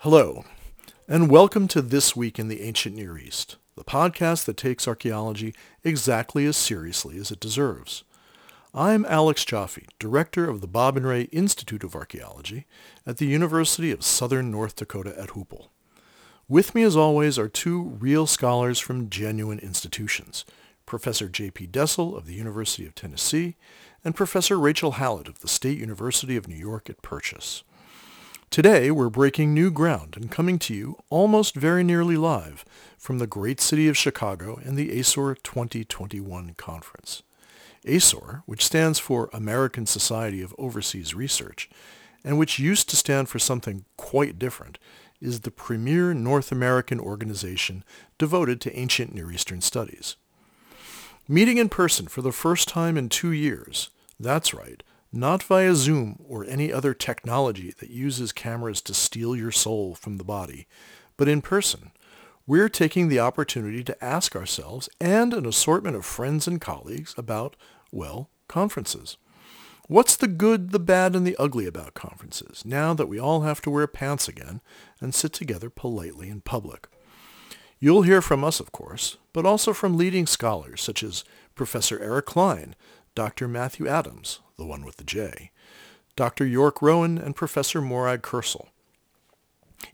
Hello, and welcome to This Week in the Ancient Near East, the podcast that takes archaeology exactly as seriously as it deserves. I'm Alex Jaffe, director of the Bob and Ray Institute of Archaeology at the University of Southern North Dakota at Hoople. With me, as always, are two real scholars from genuine institutions, Professor J.P. Dessel of the University of Tennessee and Professor Rachel Hallett of the State University of New York at Purchase. Today, we're breaking new ground and coming to you almost very nearly live from the great city of Chicago and the ASOR 2021 conference. ASOR, which stands for American Society of Overseas Research, and which used to stand for something quite different, is the premier North American organization devoted to ancient Near Eastern studies. Meeting in person for the first time in two years, that's right, not via Zoom or any other technology that uses cameras to steal your soul from the body, but in person, we're taking the opportunity to ask ourselves and an assortment of friends and colleagues about, well, conferences. What's the good, the bad, and the ugly about conferences now that we all have to wear pants again and sit together politely in public? You'll hear from us, of course, but also from leading scholars such as Professor Eric Klein, Dr. Matthew Adams, the one with the J, Dr. York Rowan, and Professor Morag Kursel.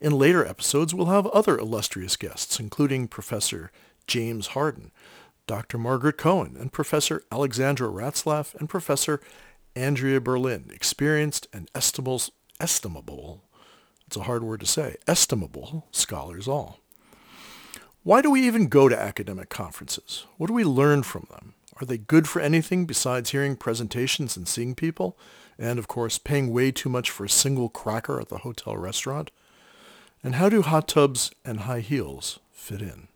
In later episodes, we'll have other illustrious guests, including Professor James Harden, Dr. Margaret Cohen, and Professor Alexandra Ratzlaff, and Professor Andrea Berlin, experienced and estimable, estimable, it's a hard word to say, estimable scholars all. Why do we even go to academic conferences? What do we learn from them? Are they good for anything besides hearing presentations and seeing people? And of course, paying way too much for a single cracker at the hotel restaurant? And how do hot tubs and high heels fit in?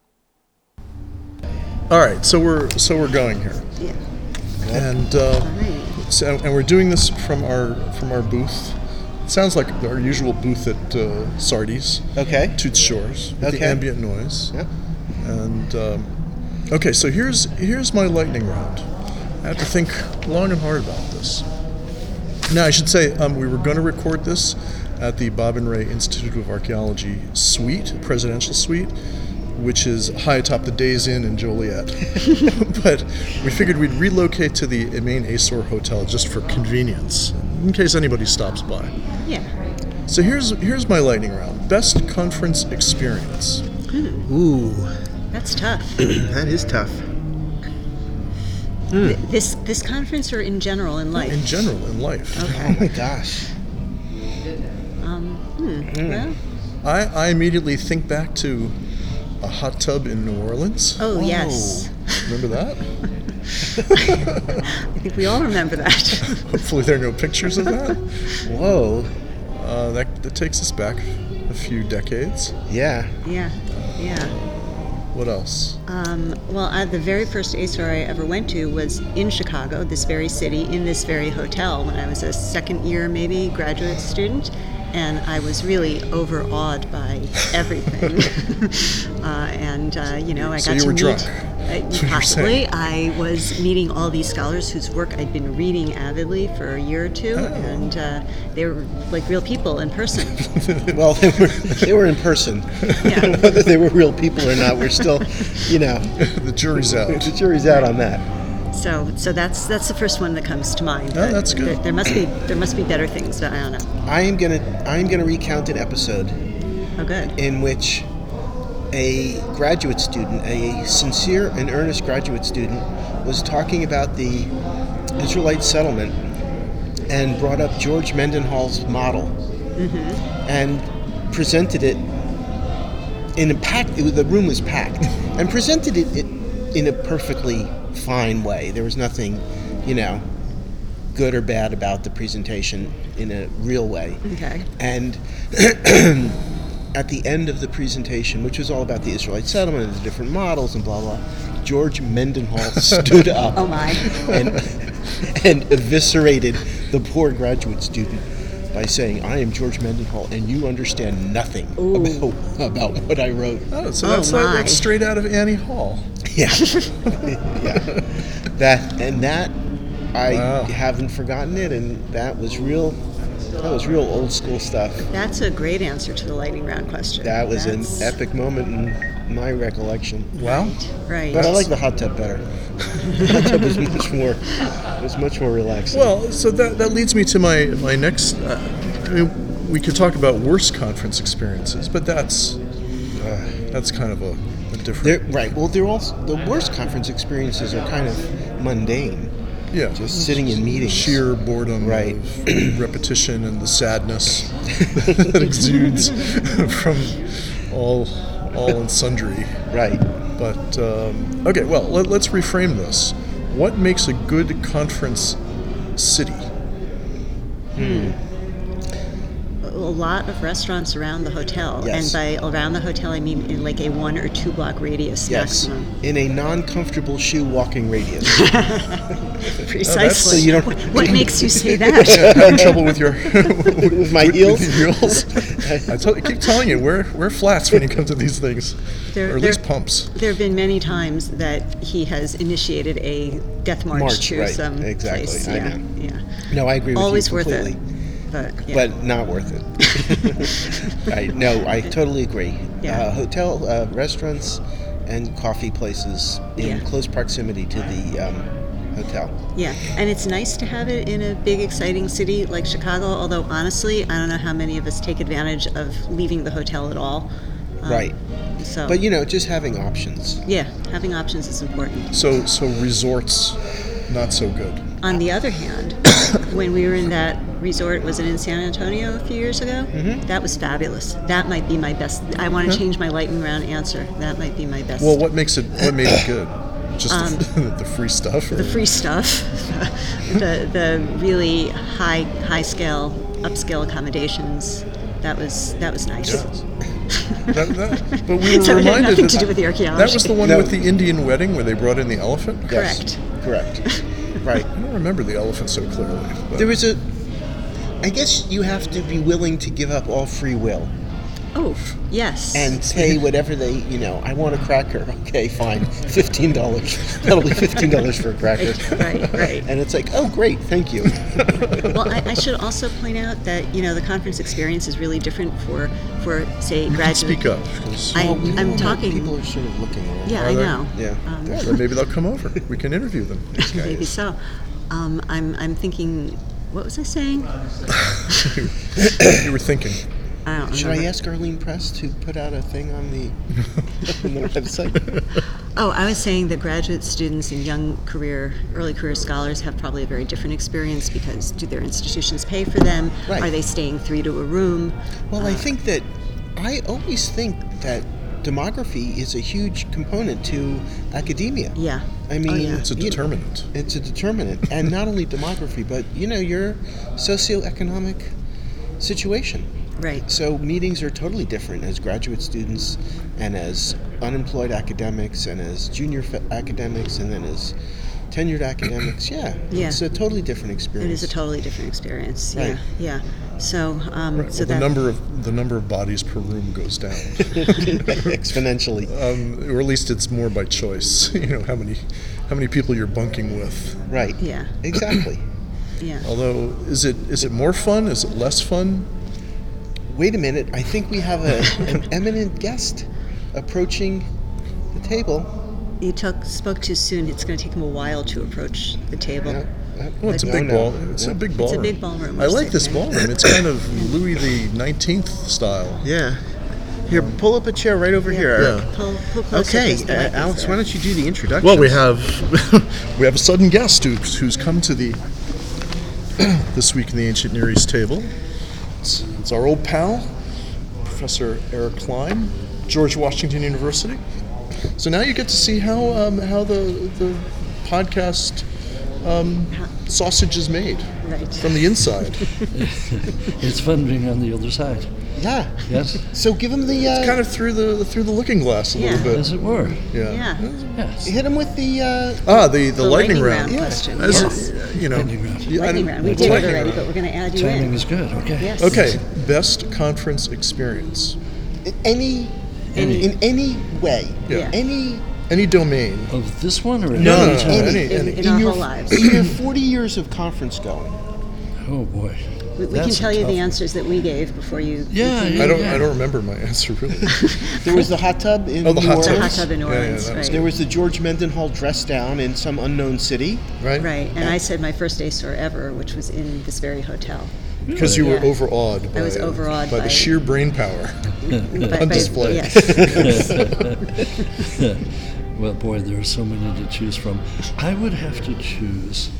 All right, so we're so we're going here, Yeah. and uh, Right. so, and we're doing this from our from our booth. It sounds like our usual booth at uh, Sardi's, Okay. Toots Shores, with the Okay. ambient noise. Yeah. And um, okay, so here's here's my lightning round. I have to think long and hard about this. Now I should say um, we were going to record this at the Bob and Ray Institute of Archaeology Suite, Presidential Suite, which is high atop the Days Inn in Joliet. but we figured we'd relocate to the main Asor Hotel just for convenience, in case anybody stops by. Yeah. So here's here's my lightning round: best conference experience. Ooh, That's tough. that is tough. Th- this this conference or in general in life. in general in life. Oh my gosh. Um, hmm. Well, I, I immediately think back to a hot tub in New Orleans. oh yes. Remember that? I think we all remember that. Hopefully there are no pictures of that. Whoa. Uh, that. That takes us back a few decades. Yeah. yeah. Yeah. What else? Um, well, I, the very first ASOR I ever went to was in Chicago, this very city, in this very hotel, when I was a second year, maybe, graduate student. And I was really overawed by everything. uh, and, uh, you know, I So got you to were meet. drunk, uh, what you're possibly. saying. I was meeting all these scholars whose work I'd been reading avidly for a year or two, Oh. and uh, they were like real people in person. Well, they were, they were in person. Yeah. Whether they were real people or not, we're still, you know, the jury's out. the jury's out on that. So, so that's that's the first one that comes to mind. No, Oh, but that's good. There, there must be there must be better things, but I don't know. I am gonna, I am gonna recount an episode Oh, good. in which a graduate student, a sincere and earnest graduate student, was talking about the Israelite settlement and brought up George Mendenhall's model and presented it in a packed. It was, the room was packed and presented it, it in a perfectly fine way. There was nothing, you know, good or bad about the presentation in a real way. Okay. And at the end of the presentation, which was all about the Israelite settlement and the different models and blah blah, George Mendenhall stood up Oh, my. and, and eviscerated the poor graduate student by saying, I am George Mendenhall, and you understand nothing about, about what I wrote. Oh, so Oh, that's, like, my. that's straight out of Annie Hall. Yeah. yeah. That and that I Wow. haven't forgotten it and that was real that was real old school stuff. That's a great answer to the lightning round question. That was That's- an epic moment in my recollection. Wow. Right. But I like the hot tub better. The hot tub was much more was much more relaxing. Well, so that, that leads me to my my next. Uh, I mean, we could talk about worse conference experiences, but that's uh, that's kind of a, a they're, different. right. Well, they're all the worst conference experiences are kind of mundane. yeah, Just sitting in meetings. sheer boredom, Right. of repetition and the sadness that exudes from all all and sundry. Right. But um, okay, well, let, let's reframe this. What makes a good conference city? a lot of restaurants around the hotel, Yes. and by around the hotel I mean in like a one or two block radius Yes. Oh, maximum. In a non-comfortable shoe walking radius. Precisely. so you don't- what, what makes you say that? having trouble with your With my eels? eels. I, tell, I keep telling you, wear wear flats when you come to these things, They're- or at least they're- pumps. there have been many times that he has initiated a death march, March, to right, some exactly, place. I yeah, know. yeah. No, I agree with Always you worth completely. it, but yeah. but not worth it. I no, I totally agree. Yeah. Uh, hotel uh, restaurants and coffee places in Yeah. Uh-huh. close proximity to the um, hotel. Yeah, and it's nice to have it in a big, exciting city like Chicago. Although honestly, I don't know how many of us take advantage of leaving the hotel at all. Um, right. So, But you know, just having options. yeah, having options is important. So so resorts, not so good. On the other hand, when we were in that resort, was it in San Antonio a few years ago? Mm-hmm. That was fabulous. That might be my best. I want to change my lightning round answer. That might be my best. Well, what makes it? What made it good? Just the, the free stuff. Or, Um, the free stuff, the the really high high scale upscale accommodations. That was that was nice. that, that, but we were So Mm. it had reminded nothing that, to do with the That was the one No. with the Indian wedding where they brought in the elephant. Yes. Correct. right. I don't remember the elephant so clearly. But There was a. I guess you have to be willing to give up all free will Oh yes. and pay whatever they, you know. I want a cracker. Okay, fine, fifteen dollars. That'll be fifteen dollars for a cracker. right, right. And it's like, oh, great, thank you. well, I, I should also point out that you know the conference experience is really different for for say graduate. speak up. 'cause- I, Well, we don't I'm know. talking. People are sort of looking. Around. yeah, Are I they? know. Yeah. Um, so maybe they'll come over. We can interview them. These maybe guys. so. Um, I'm I'm thinking. What was I saying? you were thinking. I don't Should remember. I ask Arlene Press to put out a thing on the, on the website? Oh, I was saying that graduate students and young career, early career scholars have probably a very different experience because do their institutions pay for them? Right. Are they staying three to a room? Well, I Uh, think that I always think that demography is a huge component to academia. Yeah. Oh, I mean, yeah. It's a you- determinant. it's a determinant, and not only demography, but you know your socioeconomic situation. Right. So meetings are totally different as graduate students and as unemployed academics and as junior fa- academics and then as tenured academics. Yeah, Yeah. it's a totally different experience. It is a totally different experience. Right. Yeah. Yeah. So, um, Right, well, so the that number of the number of bodies per room goes down, exponentially. um, or at least it's more by choice. You know how many how many people you're bunking with. Right. Yeah. Exactly. Yeah. Although, is it is it more fun? Is it less fun? Wait a minute. I think we have a, an eminent guest approaching the table. You took spoke too soon. It's going to take him a while to approach the table. Yeah. Uh, Well, it's a no, big no. ball. It's a big ballroom. big ballroom, I like isn't this it? ballroom. It's kind of Louis the Nineteenth style. Yeah. Here, pull up a chair right over here. Eric. Yeah. Pull, pull closer Okay, 'cause the mic uh, is Alex, there. why don't you do the introduction? Well, we have we have a sudden guest who's, who's come to the this week in the ancient Near East table. It's, it's our old pal, Professor Eric Klein, George Washington University. So now you get to see how um, how the the podcast um, sausage is made Right. from the inside. It's funding on the other side. Yeah. Yes, So give him the. Uh, kind of through the through the looking glass a Yeah. little bit. as it were. Yeah. Yeah. Yes. hit him with the. Uh, Ah, the, the, The lightning, lightning round. round question, As yes. a- you know, Lightning round. yeah, I Lightning don't- round. We it's did it lightning already, round. but we're going to add you Timing in. is good. Okay. Yes. Okay, best conference experience. any, Any. in any way, Yeah. any, Any domain. Of this one or No, no, any no, time? any- any, in, in- in our your, whole lives. in your forty years of conference going, Oh boy. We, we can That's a tell you the tough- answers that we gave before you. Yeah, you can- yeah. I don't I don't remember my answer really. there was the hot tub in Oh, the New hot tub. The Orleans. hot tub in Yeah, New yeah, Orleans, that was right? There was the George Mendenhall dress down in some unknown city. Right? Right, and I said my first ASOR ever, which was in this very hotel. Because you were Yeah. overawed by, was overawed by the by- sheer brain power. But- On but- display. Yes. Well, boy, there are so many to choose from. I would have to choose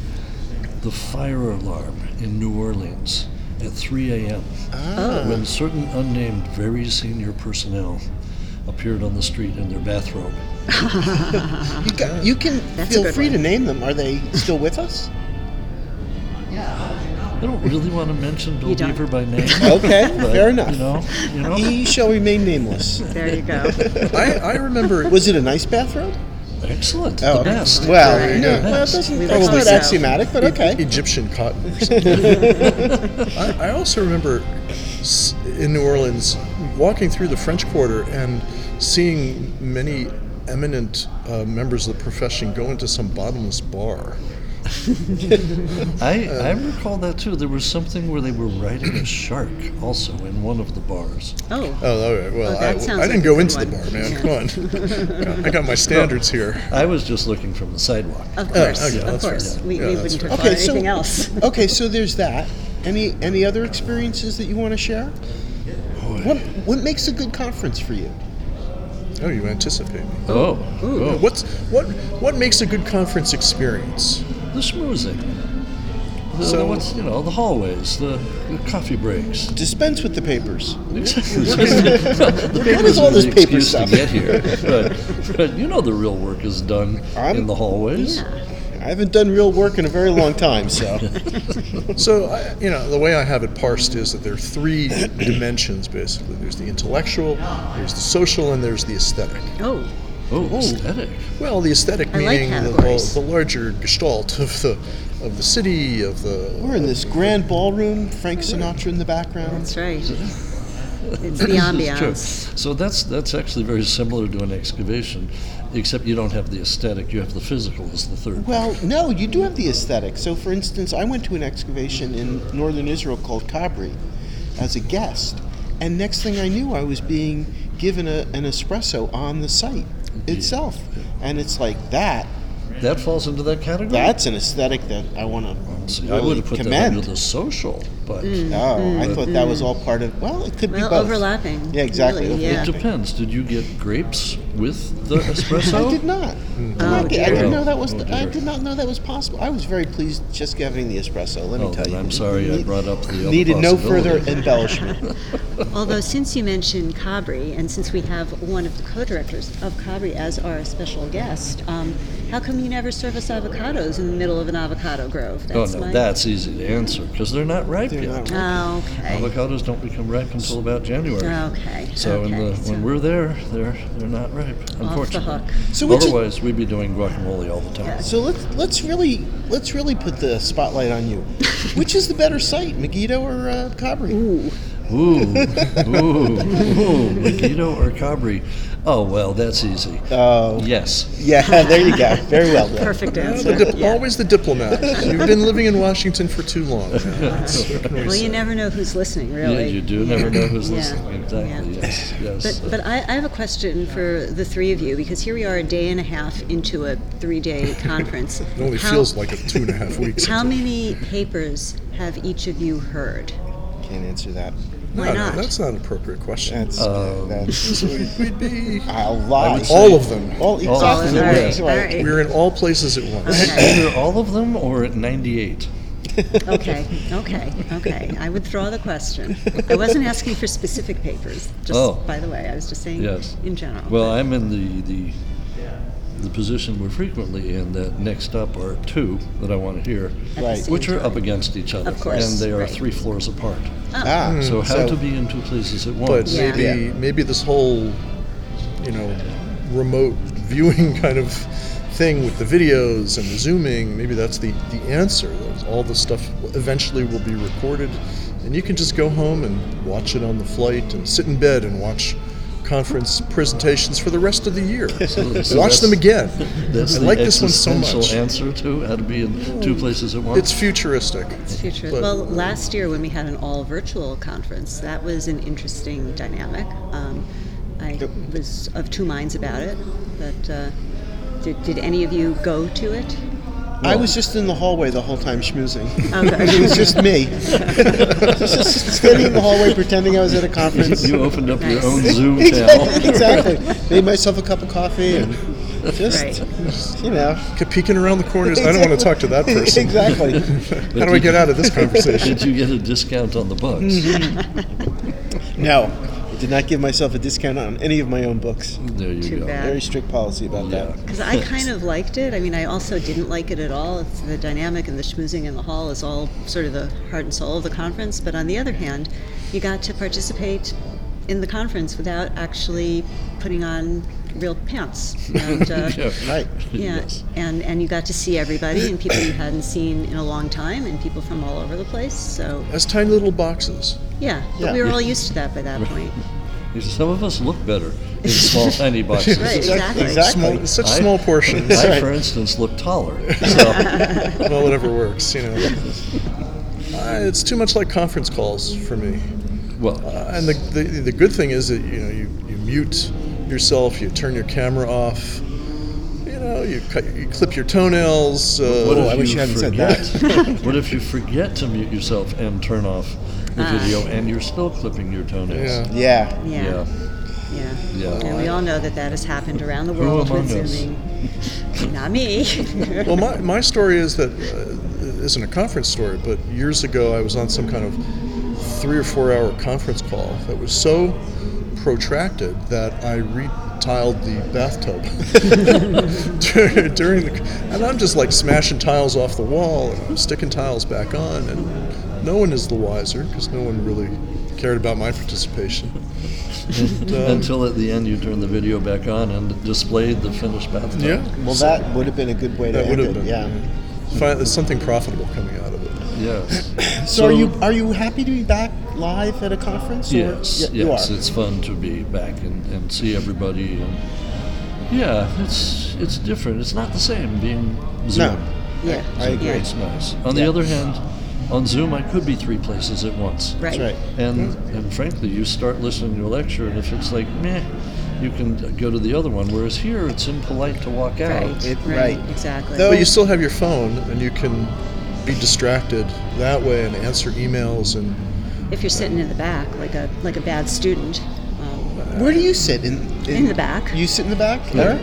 the fire alarm in New Orleans at 3 a.m. when certain unnamed, very senior personnel appeared on the street in their bathrobe. You, ca- you can Oh, That's a feel good free one. to name them. Are they still with us? I don't really want to mention Bill You don't. Deaver by name. Okay, but, Oh, fair enough. You know, you know. He shall remain nameless. There you go. I, I remember Was it a nice bathrobe? Excellent. Oh, the best. Well, Right. no, Yeah. well, it doesn't, We that's would not hope so. axiomatic, but okay. Egyptian cotton. Or something. I, I also remember s- in New Orleans walking through the French Quarter and seeing many eminent uh, members of the profession go into some bottomless bar. uh, I, I recall that too. There was something where they were riding a shark also in one of the bars. Oh, Oh, all right. Well, Oh, that I, sounds I like didn't a go good into the one. bar, man. Yeah. Come on. I got my standards here. I was just looking from the sidewalk. of course, okay, of that's course. right. We, Yeah, we that's wouldn't right. have Okay, thought so- anything else. Okay, so there's that. Any any other experiences that you want to share? What what makes a good conference for you? Oh, you anticipate me. Oh, oh. What's what? What makes a good conference experience? the schmoozing. The, the So- what's, you know, the hallways, the, the coffee breaks. Dispense with the papers. is the papers all are this the paper excuse to stuff? get here. But, but you know the real work is done I'm- in the hallways. Yeah. I haven't done real work in a very long time, so So, I, you know, the way I have it parsed is that there are three dimensions basically. There's the intellectual, there's the social, and there's the aesthetic. Oh, Oh, aesthetic. Well, the aesthetic I like meaning the, the, categories. the larger gestalt of the of the city of the. we're in this grand ballroom, Frank Sinatra in the background. that's right. It's the ambiance. True. So that's that's actually very similar to an excavation, except you don't have the aesthetic. You have the physical as the third. Well, no, you do have the aesthetic. So for instance, I went to an excavation in northern Israel called Kabri as a guest, and next thing I knew I was being given a, an espresso on the site itself. And it's like that that falls into that category. That's an aesthetic that I want to See, really I would have put commend. that under the social, but Mm, oh, I thought that was all part of. Well, it could be Well, both. overlapping. Yeah, exactly. really, it yeah. depends. Did you get grapes with the espresso? I did not. Oh, I, did, I didn't dear. know that was. Oh, I dear. did not know that was possible. I was very pleased just getting the espresso. Let me Oh, tell then you. I'm sorry I brought up the other Needed no further possibility. embellishment. Although, since you mentioned Cabri, and since we have one of the co-directors of Cabri as our special guest, um, how come you never serve us avocados in the middle of an avocado grove? Oh That's no, my- that's easy to answer because they're not ripe They're yet. not right. Oh, okay. Avocados don't become ripe until about January. Okay. So Oh, okay. in the, so when we're there, they're they're not ripe, off the unfortunately. hook. So which is- Otherwise, we'd be doing guacamole all the time. Yeah. So let's let's really let's really put the spotlight on you. Which is the better site, Megiddo or uh, Cabri? Ooh, ooh, ooh, Megiddo or Cabri? Oh well, that's easy. Oh, yes. yeah. There you go. Very well done. Perfect answer. The dip- yeah. Always the diplomat. You've been living in Washington for too long. man. That's- what can we Well, say? you never know who's listening, really. Yeah, you do never know who's Yeah. listening. Exactly. Yeah. Yes. Yes. But, but I, I have a question for the three of you because here we are a day and a half into a three day conference. It only How- feels like it's two and a half weeks. How many papers have each of you heard? Can't answer that. Why No, no, not? That's not an appropriate question. That's, Um. that's We'd, we'd be a lot. all of them. All exactly. them, the all right, words, all right. right. We're in all places at once. Either all of them or at 98. Okay, okay, okay. I would throw the question. I wasn't asking for specific papers, just Oh. by the way. I was just saying Yes. in general. Well, I'm in the the the position we're frequently in that next up are two that I want to hear, Right. same which are time. up against each other. Of course, And they are right. three floors apart. Ah, So how to be in two places at Hmm, But once. Yeah. maybe maybe this whole you know remote viewing kind of thing with the videos and the zooming, maybe that's the the answer. That all the stuff eventually will be recorded, and you can just go home and watch it on the flight and sit in bed and watch conference presentations for the rest of the year. So watch that's- them again. That's I the like this one so existential much. Oh. answer to how to be in two places at once. It's futuristic. Future. But- well, last year when we had an all virtual conference, that was an interesting dynamic. Um, I was of two minds about it, but uh, did, did any of you go to it? Hmm. I was just in the hallway the whole time schmoozing. Oh, It good. was just me, just standing in the hallway pretending I was at a conference. you opened up your Nice. own Zoom exactly, channel. exactly. Made myself a cup of coffee and just, Right. just, you know. Keep peeking around the corners. I don't want to talk to that person. exactly. How do I get out of this Mm-hmm. conversation? Did you get a discount on the books? No, I did not give myself a discount on any of my own books. There you Too go. bad. Very strict policy about that. Because I kind of liked it. I mean, I also didn't like it at all. It's the dynamic and the schmoozing in the hall is all sort of the heart and soul of the conference. But on the other hand, you got to participate in the conference without actually putting on real pants. And, uh, Yeah. Right. Yeah, Yes. and and you got to see everybody and people you hadn't seen in a long time and people from all over the place. So As tiny little boxes. yeah, but Yeah. we were all used to that by that point. He said, Some of us look better in small, tiny boxes. Right, exactly. Exactly. Small, such I- small portions. I, for instance, look taller. So, well, whatever works, you know. Uh, it's too much like conference calls for me. well, Uh, and the, the the good thing is that you know you, you mute yourself, you turn your camera off, you know you cut you clip your toenails. what Uh, if I wish you hadn't said forget, that. what if you forget to mute yourself and turn off the Uh. video and you're still clipping your toenails? yeah. Yeah. Yeah, Yeah. yeah, Yeah. And we all know that that has happened around the world with among us? zooming. Not me. Well, my, my story is that uh, it isn't a conference story, but years ago I was on some kind of three or four hour conference call that was so protracted that I retiled the bathtub Dur- during the. And I'm just like smashing tiles off the wall and I'm sticking tiles back on, and no one is the wiser because no one really cared about my participation. And, um, Until at the end you turn the video back on and displayed the finished bathtub. yeah, Well, that would have been a good way to that would end have it. been. Yeah. Fi- there's something profitable coming out of it. Yes. So, are you are you happy to be back live at a conference? or- Yes, Yeah, you yes, are. it's fun to be back and, and see everybody. And yeah, it's it's different. It's not the same being Zoom. No. yeah, I agree. yeah. It's nice. On the Yeah. other hand, on Zoom I could be three places at once. That's Right. right. And and frankly, you start listening to a lecture, and if it's like meh, you can go to the other one. Whereas here, it's impolite to walk out. Right. It- right. right. Exactly. Though- But you still have your phone, and you can be distracted that way and answer emails. And if you're sitting in the back like a like a bad student. Um, Where do you sit in, In the back. You sit in the back, Eric?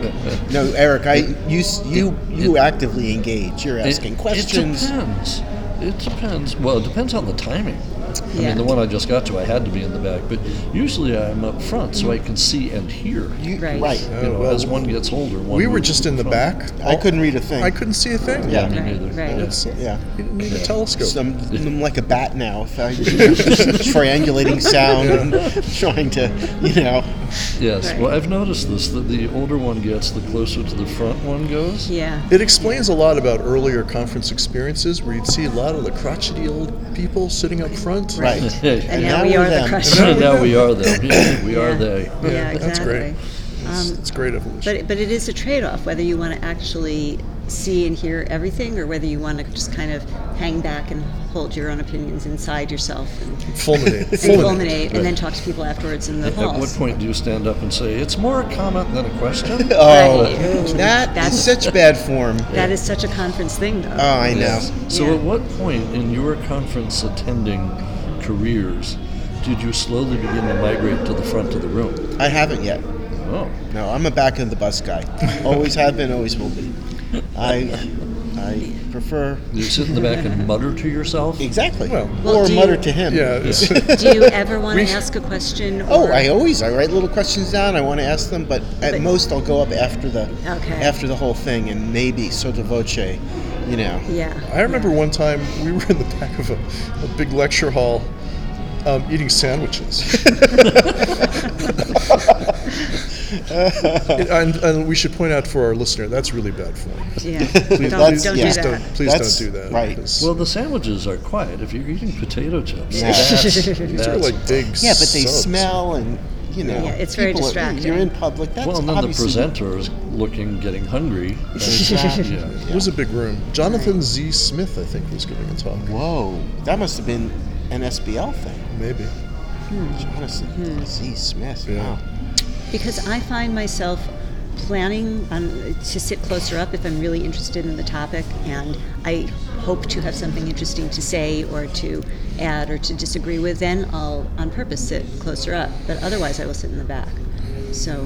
no, Eric. I you s- you you actively engage. You're It- asking questions. It depends. It depends. Well, it depends on the timing. I Yeah. mean, the one I just got to, I had to be in the back, but usually I'm up front so I can see and hear. You- Right. You know, Oh, well, as one gets older, one we were moves just to in the front. back. I couldn't read a thing. I couldn't see a thing. Yeah. Me Right, neither. right. It's, you Yeah. didn't need a telescope. So I'm, I'm like a bat now. If I triangulating sound and trying to, you know, Yes. Right. Well, I've noticed this that the older one gets, the closer to the front one goes. yeah. it explains a lot about earlier conference experiences where you'd see a lot of the crotchety old people sitting up front. right. And, And now, now we we're are them. the crush. So now we are them. Yeah, we are they. Yeah, Yeah, exactly. that's great. It's, Um, it's great evolution. But but it is a trade-off whether you want to actually see and hear everything, or whether you want to just kind of hang back and hold your own opinions inside yourself and, Fulminate. and Fulminate. culminate, and then talk to people afterwards in the At what halls. point do you stand up and say it's more a comment than a question? Oh, Right. Ooh, that that's- is such bad form. That is such a conference thing, though. Oh, I know. So, Yeah. at what point in your conference attending careers did you slowly begin to migrate to the front of the room? I haven't yet. Oh, No, I'm a back of the bus guy. Always have been. Always will be. I I prefer You sit in the back and mutter to yourself. exactly, Well, Well, or do mutter you- to him. Yeah, it's, Do you ever want We- to ask a question? Oh, or- I always I write little questions down. I want to ask them, but at But- most I'll go up after the Okay. after the whole thing and maybe sotto voce, you know. Yeah. I remember one time we were in the back of a, a big lecture hall um, eating sandwiches. and, and we should point out for our listener, that's really bad form. Yeah. Please don't please- don't please do that. don't, please That's don't do that. right. because Well, the sandwiches are quiet if you're eating potato chips. Yeah. That's, these are that's- like big Yeah, but they subs. smell and you know. Yeah, it's very people are- distracting. you're in public. That's well, and then the obviously presenter is looking, getting hungry. Exactly. Yeah. It was a big room. Jonathan Z. Smith, I think, was giving a talk. Whoa, that must have been an SBL thing. Maybe. Hmm. Jonathan Z. Smith. Yeah. Wow. Because I find myself planning on, to sit closer up if I'm really interested in the topic, and I hope to have something interesting to say or to add or to disagree with. Then I'll on purpose sit closer up, but otherwise I will sit in the back. So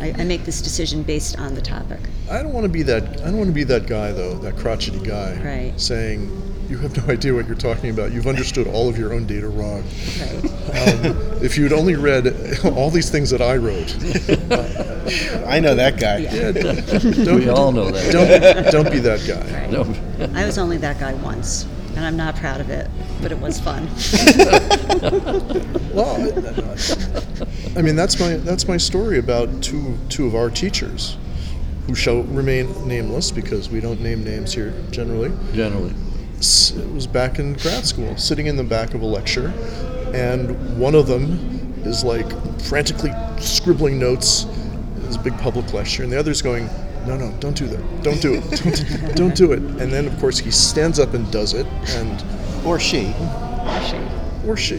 I, I make this decision based on the topic. I don't want to be that. I don't want to be that guy though. That crotchety guy Right. saying, "You have no idea what you're talking about. You've understood all of your own data wrong. Right. Um, if you'd only read all these things that I wrote, I know that guy. yeah, don't, don't, We all know that. don't don't be that guy. Right. No. I was only that guy once, and I'm not proud of it, but it was fun. Well, I, I mean that's my that's my story about two two of our teachers, who shall remain nameless because we don't name names here generally. Generally. s- it was back in grad school, sitting in the back of a lecture, and one of them is like frantically scribbling notes. It's a big public lecture, and the other's going, "No, no, don't do that. Don't do it. Don't, don't do it." And then, of course, he stands up and does it, and Or she. or she,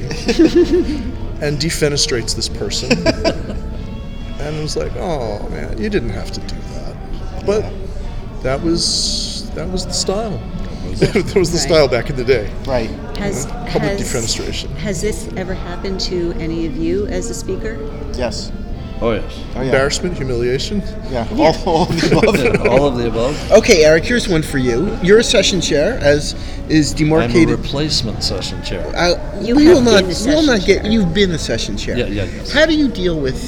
and defenestrates this person. and it was like, "Oh man, you didn't have to do that," but that was that was the style. that was the Right. style back in the day. Right. Has, Public has- defenestration. Has this ever happened to any of you as a speaker? Yes. Oh, yes. Oh, yeah. Embarrassment, humiliation. Yeah. All, all of the above. All of the above. Okay, Eric, here's one for you. You're a session chair, as is I'm a demarcated. replacement session chair. I- You we have will been not. the we will session not get. chair. You've been the session chair. Yeah, yeah, yes. How do you deal with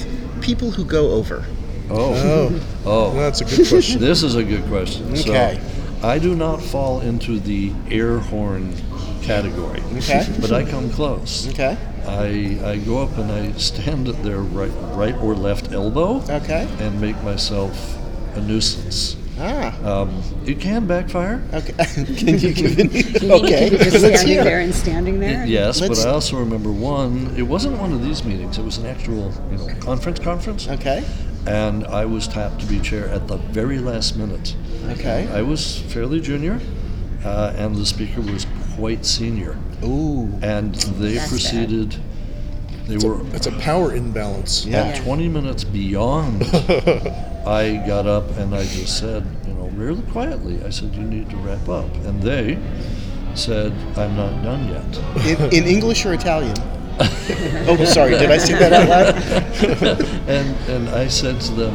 people who go over? Oh. Oh, Oh. that's a good question. This is a good question. Okay. So, I do not fall into the air horn category. Okay. But I come close. Okay. I, I go up and I stand at their right, right or left elbow Okay. and make myself a nuisance. Ah. Um, it can backfire. Okay. Can you give any? You mean Okay. people Let's just standing hear there it. and standing there? Yes, Let's- but I also remember one. It wasn't one of these meetings. It was an actual, you know, conference conference, Okay. and I was tapped to be chair at the very last minute. Okay. I was fairly junior, uh, and the speaker was quite senior, Ooh. and they That's bad. proceeded. They were It's a power imbalance. Yeah. Yeah. 20 minutes beyond, I got up and I just said, you know, really quietly, I said, you need to wrap up. And they said, I'm not done yet. In, in English or Italian? oh, sorry. Did I say that out loud? and, and I said to them,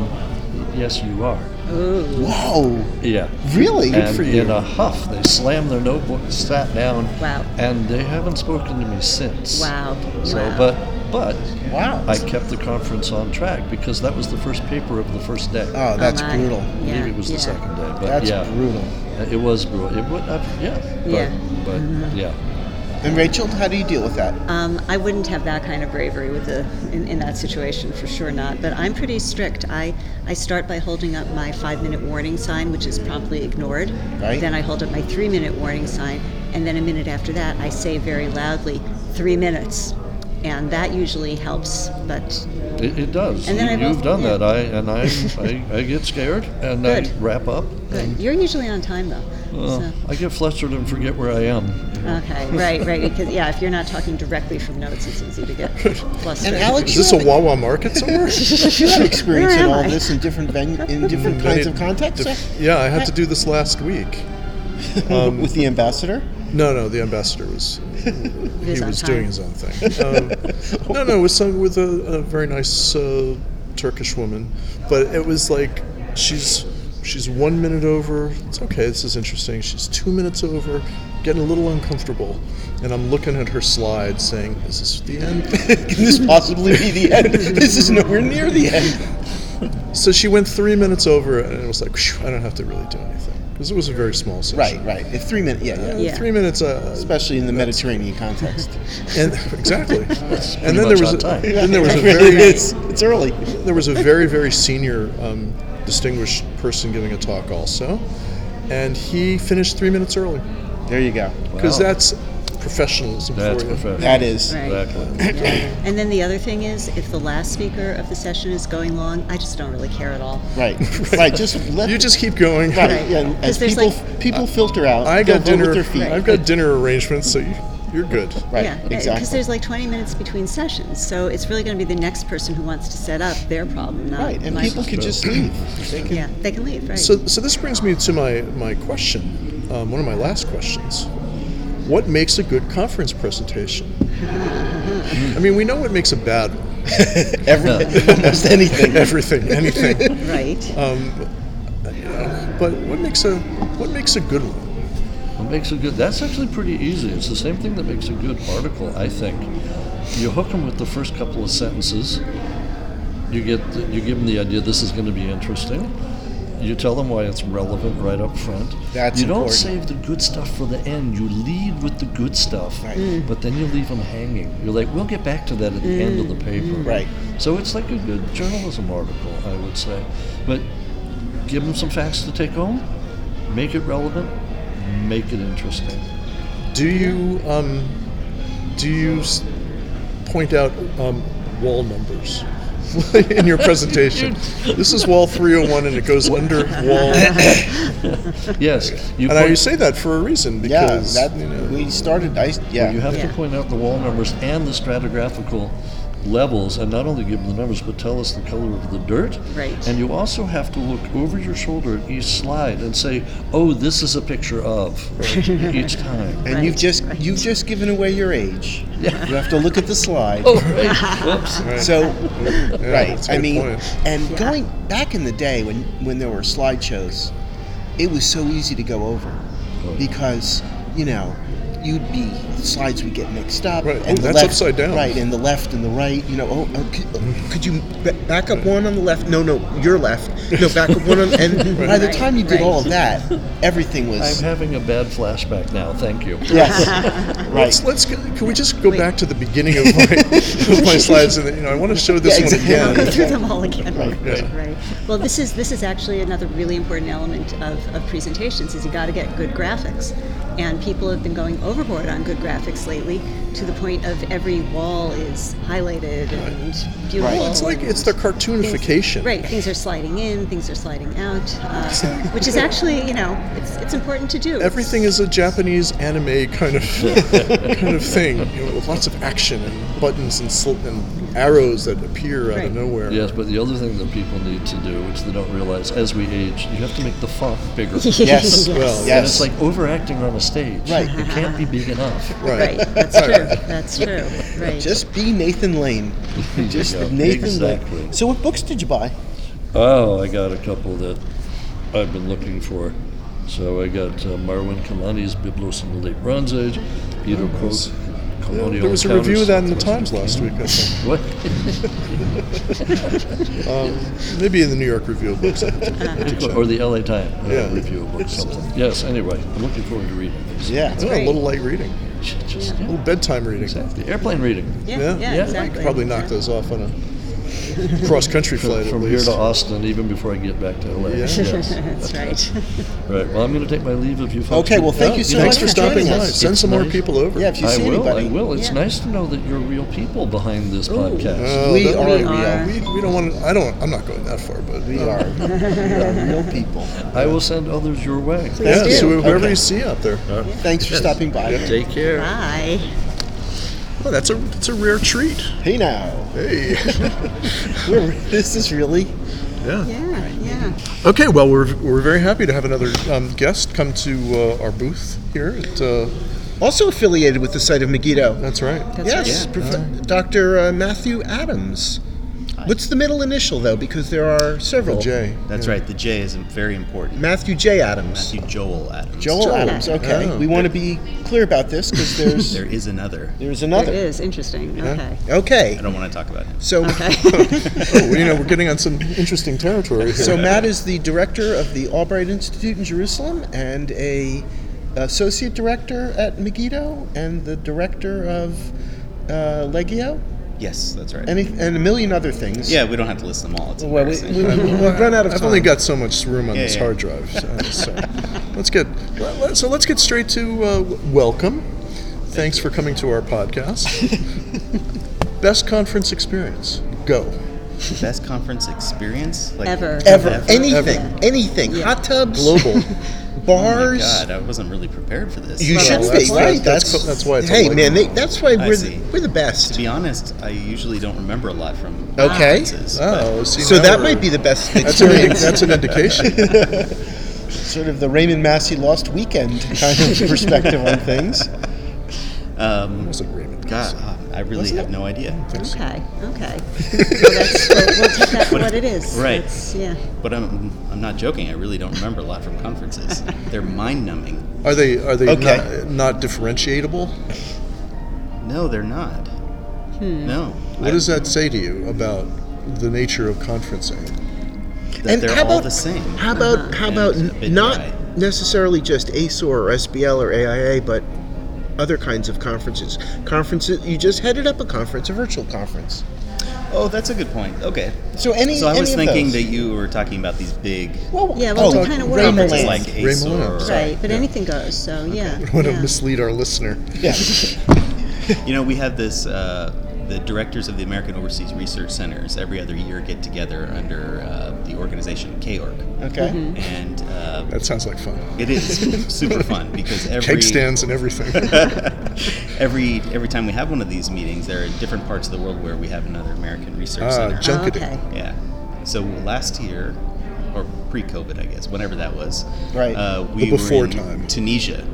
yes, you are. Whoa. Yeah. Really? Good and for you. in a huff, they slammed their notebook, sat down, Wow. and they haven't spoken to me since. Wow. So, wow. but, but Wow. I kept the conference on track because that was the first paper of the first day. oh, that's my. brutal. I Yeah, believe it was yeah. the second day, but That's yeah, brutal. it was brutal. It would, uh, yeah, but, Yeah. Mm-hmm. but yeah, And Rachel, how do you deal with that? Um, I wouldn't have that kind of bravery with the in, in that situation for sure not. But I'm pretty strict. I, I start by holding up my five minute warning sign, which is promptly ignored. Right. Then I hold up my three minute warning sign, and then a minute after that, I say very loudly, three minutes, and that usually helps. But it, it does. And then you, I will- have done yeah. that. I and I, I I get scared and I Good. wrap up. good. you're usually on time though. Uh, so. I get flustered and forget where I am. Okay, right, right. Because yeah, if you're not talking directly from notes, it's easy to get flustered. And Alex, Is this a Wawa market somewhere? You have experience Where in am all I? this in different ven- in different Many kinds of contexts. dif- so- Mm, yeah, I had to do this last week. um, with the ambassador. No, no, the ambassador was It is he on was time. doing his own thing. Um, no, no, it was some with a, a very nice uh, Turkish woman, but it was like she's She's one minute over. It's okay, this is interesting. She's two minutes over, getting a little uncomfortable. And I'm looking at her slide saying, Is this the end? Can this possibly be the end? This is nowhere near the end. so she went three minutes over, and it was like, "Phew, I don't have to really do anything. Because it was a very small session. Right, right. If three minutes, yeah, yeah. Yeah. Three minutes, uh, Especially in the Mediterranean context. and exactly. and then there much was on a, time. then there was a It really very is. It's early. there was a very very senior um, distinguished person giving a talk also, and he finished three minutes early There you go. because Wow. that's professionalism That's for you. professional. That is. Right. Exactly. And then the other thing is, if the last speaker of the session is going long, I just don't really care at all. Right. Right. Just let You just keep going. Right. Yeah, and as 'Cause there's people like- people filter out. I they'll got vote dinner. with their feet. I've got dinner arrangements, so you, you're good. Right. yeah, exactly. Because there's like 20 minutes between sessions, so it's really going to be the next person who wants to set up their problem, not right, and my people problem. could just leave. They could- Yeah, they can leave, right? So, so this brings me to my my question, um, one of my last questions. What makes a good conference presentation? I mean, we know what makes a bad one. Every, almost anything. Everything, anything. right. uh, But what makes a what makes a good one? What makes a good? That's actually pretty easy. It's the same thing that makes a good article, I think. You hook them with the first couple of sentences. You get the, you give them the idea this is going to be interesting. You tell them why it's relevant right up front. That's you don't important. save the good stuff for the end. You lead with the good stuff, Right. Mm. but then you leave them hanging. You're like, we'll get back to that at the end of the paper. Mm-hmm. Right. Mm. So it's like a good journalism article, I would say. But give them some facts to take home, make it relevant, make it interesting. Do you um, do you s- point out um, wall numbers in your presentation? this is wall 301, and it goes under wall. Yes, you, And I point- say that for a reason Yeah, because that you know, we started. I yeah. you have Yeah. to point out the wall numbers and the stratigraphical levels, and not only give them the numbers, but tell us the color of the dirt. Right. And you also have to look over your shoulder at each slide and say, "Oh, this is a picture of," each time. and you've Right, just right. you've just given away your age. You have to look at the slide. Oh, right. Whoops. So, that's right. a I good mean, point. and going back in the day when when there were slideshows, it was so easy to go over Oh. because you know you'd be slides would get mixed up Right, and oh, the that's left, upside down. right and the left and the right you know oh, oh could, oh, could you ba- back up one on the left no no your left no back up one on and by the Right, time you did right. all of that everything was I'm having a bad flashback now. Thank you. yes right let's let's go, can we just go Wait. back to the beginning of my, of my slides and then, you know I want to show this Yeah, one Go again. through them all again. Right, right. Well, this is this is actually another really important element of, of presentations is you got to get good graphics, and people have been going overboard on good graphics lately to the point of every wall is highlighted and beautiful. Well, It's like it's the cartoonification. Right, things are sliding in, things are sliding out, uh, which is actually, you know, it's, it's important to do. Everything is a Japanese anime kind of kind of thing, you know, with lots of action and buttons and, sl- and arrows that appear out of Right. nowhere. Yes, but the other thing that people need to do, which they don't realize as we age, you have to make the font bigger. yes Well, And yes it's like overacting on a stage. Right. It can't be big enough. Right. Right, that's true. That's true. Right. just be Nathan Lane just Yeah, Nathan exactly. Lane so what books did you buy Oh, I got a couple that I've been looking for. So I got uh, Marwin Kalani's Biblos in the Late Bronze Age, Peter Croce, Colonial There was a Encounters review of that in the Southwest Times last week, I think. Um, What? Maybe in the New York Review of Books. I have Uh-huh. to check. or the LA Times uh, Yeah. review of books, something. Yes, anyway, I'm looking forward to reading these. yeah Oh, a little light reading, Just, yeah. a little bedtime Oh, reading. Exactly. Airplane reading. yeah, Yeah. yeah, Yeah. exactly. Probably knock Yeah. those off on a cross-country flight at From here least. to Austin, even before I get back to LA. Yeah. Yes. That's right. Right. Well, I'm going to take my leave of you folks. Okay, well, thank you so Thanks much for for stopping joining by. us. Send It's some more nice. people over. yeah if you I see will. anybody I will. It's Yeah. nice to know that you're real people behind this podcast. Oh, We that- are real. We, we don't want to. I don't. I'm not going that far, but uh, We are, we are real people. I will send others your way. Yeah, Please so do. whoever Okay. you see out there. Thanks for stopping by. Take care. Bye. Oh, that's a that's a rare treat. Hey now, Hey. We're, this is really yeah. Yeah, yeah. Okay. Well, we're we're very happy to have another um, guest come to uh, our booth here. At, uh, also affiliated with the site of Megiddo. that's right. That's yes, right. Prof- Dr. Uh, Matthew Adams. What's the middle initial though? Because there are several. J. That's right. The J is very important. Matthew J. Adams. Matthew Joel Adams. Joel, Joel Adams. Adams. Okay. Oh. We want to be clear about this because there's There is another. there's It another. is interesting. Okay. Okay. I don't want to talk about him. So Okay. Oh, you know, we're getting on some interesting territory here. so Matt is the director of the Albright Institute in Jerusalem and a associate director at Megiddo and the director of uh, Legio Yes, that's right. and, a- and a million other things. yeah, we don't have to list them all. It's Well, we, embarrassing. we, have run out of I've time. only got so much room on Yeah, this yeah. hard drive. So, so let's get let- let- so let's get straight to uh, w- welcome. Thanks for coming to our podcast. Best conference experience. Go. Best conference experience like, Ever. ever, anything, anything. Yeah. Hot tubs, Global. Oh my bars. God, I wasn't really prepared for this. You But should Well, be that's- right. that's- that's why it's hey a man, they, that's why I we're see. the, we're the To best. be honest, I usually don't remember a lot from Okay. conferences. Oh, see, So now that we're- might be the best that's an, indi- experience. that's an indication. sort of the Raymond Massey lost weekend kind of perspective on things. but, Oh. um, Wasn't Raymond God, Massey. uh, I really have no idea. Okay. Okay. Well, that's, we'll, we'll take that for what it is. Right. That's- yeah. But I'm, I'm not joking. I really don't remember a lot from conferences. They're mind numbing. Are they are they Okay. not, not differentiatable? No, they're not. No. What does that say to you about the nature of conferencing? That they're all the same. How Uh-huh. about how And about a n- bit not dry. necessarily just ASOR or SBL or AIA, but other kinds of conferences. Conferences you just headed up a conference, a virtual conference. Oh, that's a good point. Okay. So any So I any was of thinking those. that you were talking about these big well, Yeah, well, we kinda were. Raymond conferences like Massey. Ray Malone, ASOR. Right. But anything goes. So yeah. I want to yeah. mislead our listener. You know, we have this. Uh, the directors of the American Overseas Research Centers every other year get together under uh, the organization KORG, Okay. Mm-hmm. and uh, That sounds like fun. it is super fun because every Cake stands and everything. every every time we have one of these meetings, there are different parts of the world where we have another American Research Ah, Center. Oh, junketing. okay. yeah. So last year, or pre-COVID, I guess, whenever that was, Right. Uh, we before were in time. Tunisia.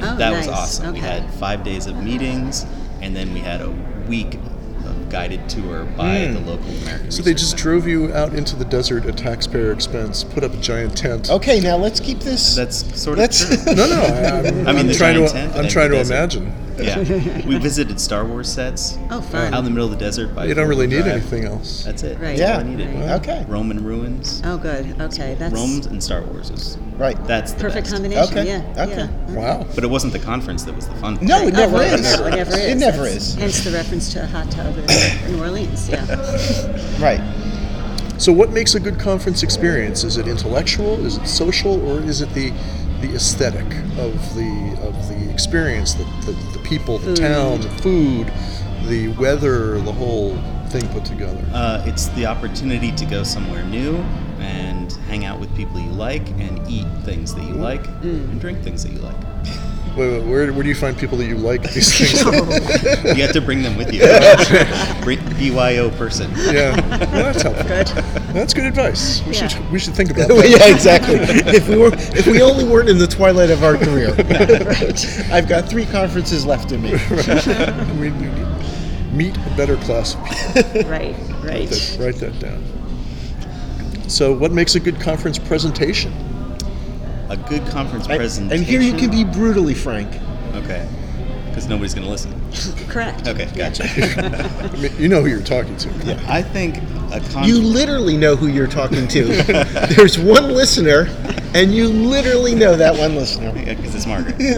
Oh, that was nice. awesome. We Okay. had five days of meetings, and then we had a week of guided tour by the local American. Hmm. So they Research just Center. drove you out into the desert at taxpayer expense, put up a giant tent. Okay, now let's keep this That's sort of let's true. No, no, I, I'm, I mean, I'm the trying giant to. tent I'm and trying the to desert. imagine. yeah. We visited Star Wars sets. Oh, fun. Out in the middle of the desert. By You don't really need four-wheel drive. anything else. That's it. Right. That's all I Yeah. needed. Right. Okay. Roman ruins. Oh, good. Okay. That's Rome and Star Wars is Right. that's the perfect best. combination. Okay, Yeah. okay. Yeah. Wow. But it wasn't the conference that was the fun. No, part. it never oh, well, is. No, it never is. It never That's- is. Hence the reference to hot tub in New Orleans. Yeah. Right. So what makes a good conference experience? Is it intellectual? Is it social? Or is it the the aesthetic of the of the experience, the the, the people, the town, the food, the weather, the whole thing put together? Uh, it's the opportunity to go somewhere new and hang out with people you like and eat things that you Mm. like and drink things that you like. Wait, wait, where, where do you find people that you like these things? You have to bring them with you. Bring- BYO person. yeah, well, that's helpful. That's good advice. We Yeah. should we should think about Well, that. yeah, exactly. if we were, if we only weren't in the twilight of our career, I've got three conferences left in me. We need to meet a better class of people. Right. Right. Write that down. So, what makes a good conference presentation? A good conference And, presentation. and here you can be brutally frank. Okay. Because nobody's going to listen. Correct. Okay, gotcha. I mean, you know who you're talking to. I think a conference. You literally know who you're talking to. There's one listener, and you literally know that one listener. Because it's Margaret. You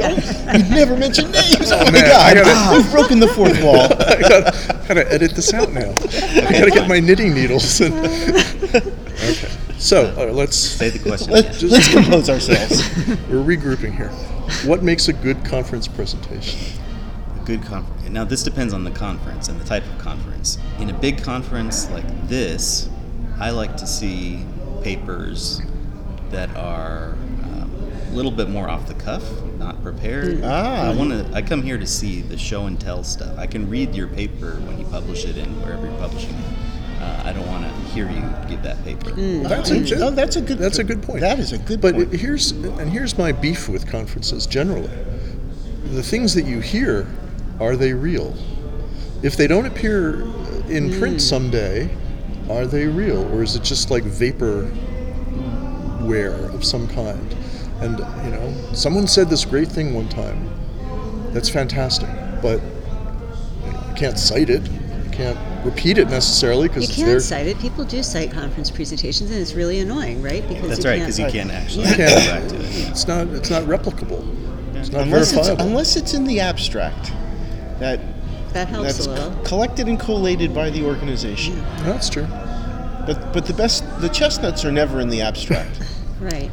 never mention names. Oh, my man, I god, gotta- we've broken the fourth wall. I gotta, gotta edit this out now. I gotta get fine. my knitting needles. And okay. So uh, let's Say the question. again. Let's, let's compose ourselves. we're regrouping here. What makes a good conference presentation? good conference. Now, this depends on the conference and the type of conference. In a big conference like this, I like to see papers that are um, a little bit more off the cuff, not prepared. Ah, I want to. I come here to see the show and tell stuff. I can read your paper when you publish it and wherever you're publishing it. Uh, I don't want to hear you give that paper. That's a Oh, that's a good. That's a good point. That is a good But point. here's and here's my beef with conferences generally. The things that you hear, Hmm. are they real? If they don't appear in print someday, Are they real, or is it just like vaporware of some kind? And you know, someone said this great thing one time. That's fantastic, but you know, I can't cite it. I can't repeat it necessarily because You it's can there. cite it. People do cite conference presentations, and it's really annoying, right? Because That's right, because you can't actually You go can't- back to it. It's not. It's not replicable. It's not Unless it's, verifiable. unless it's in the abstract, that That helps that's a little. co- collected and collated by the organization. That's true. But but the best the chestnuts are never in the abstract. Right.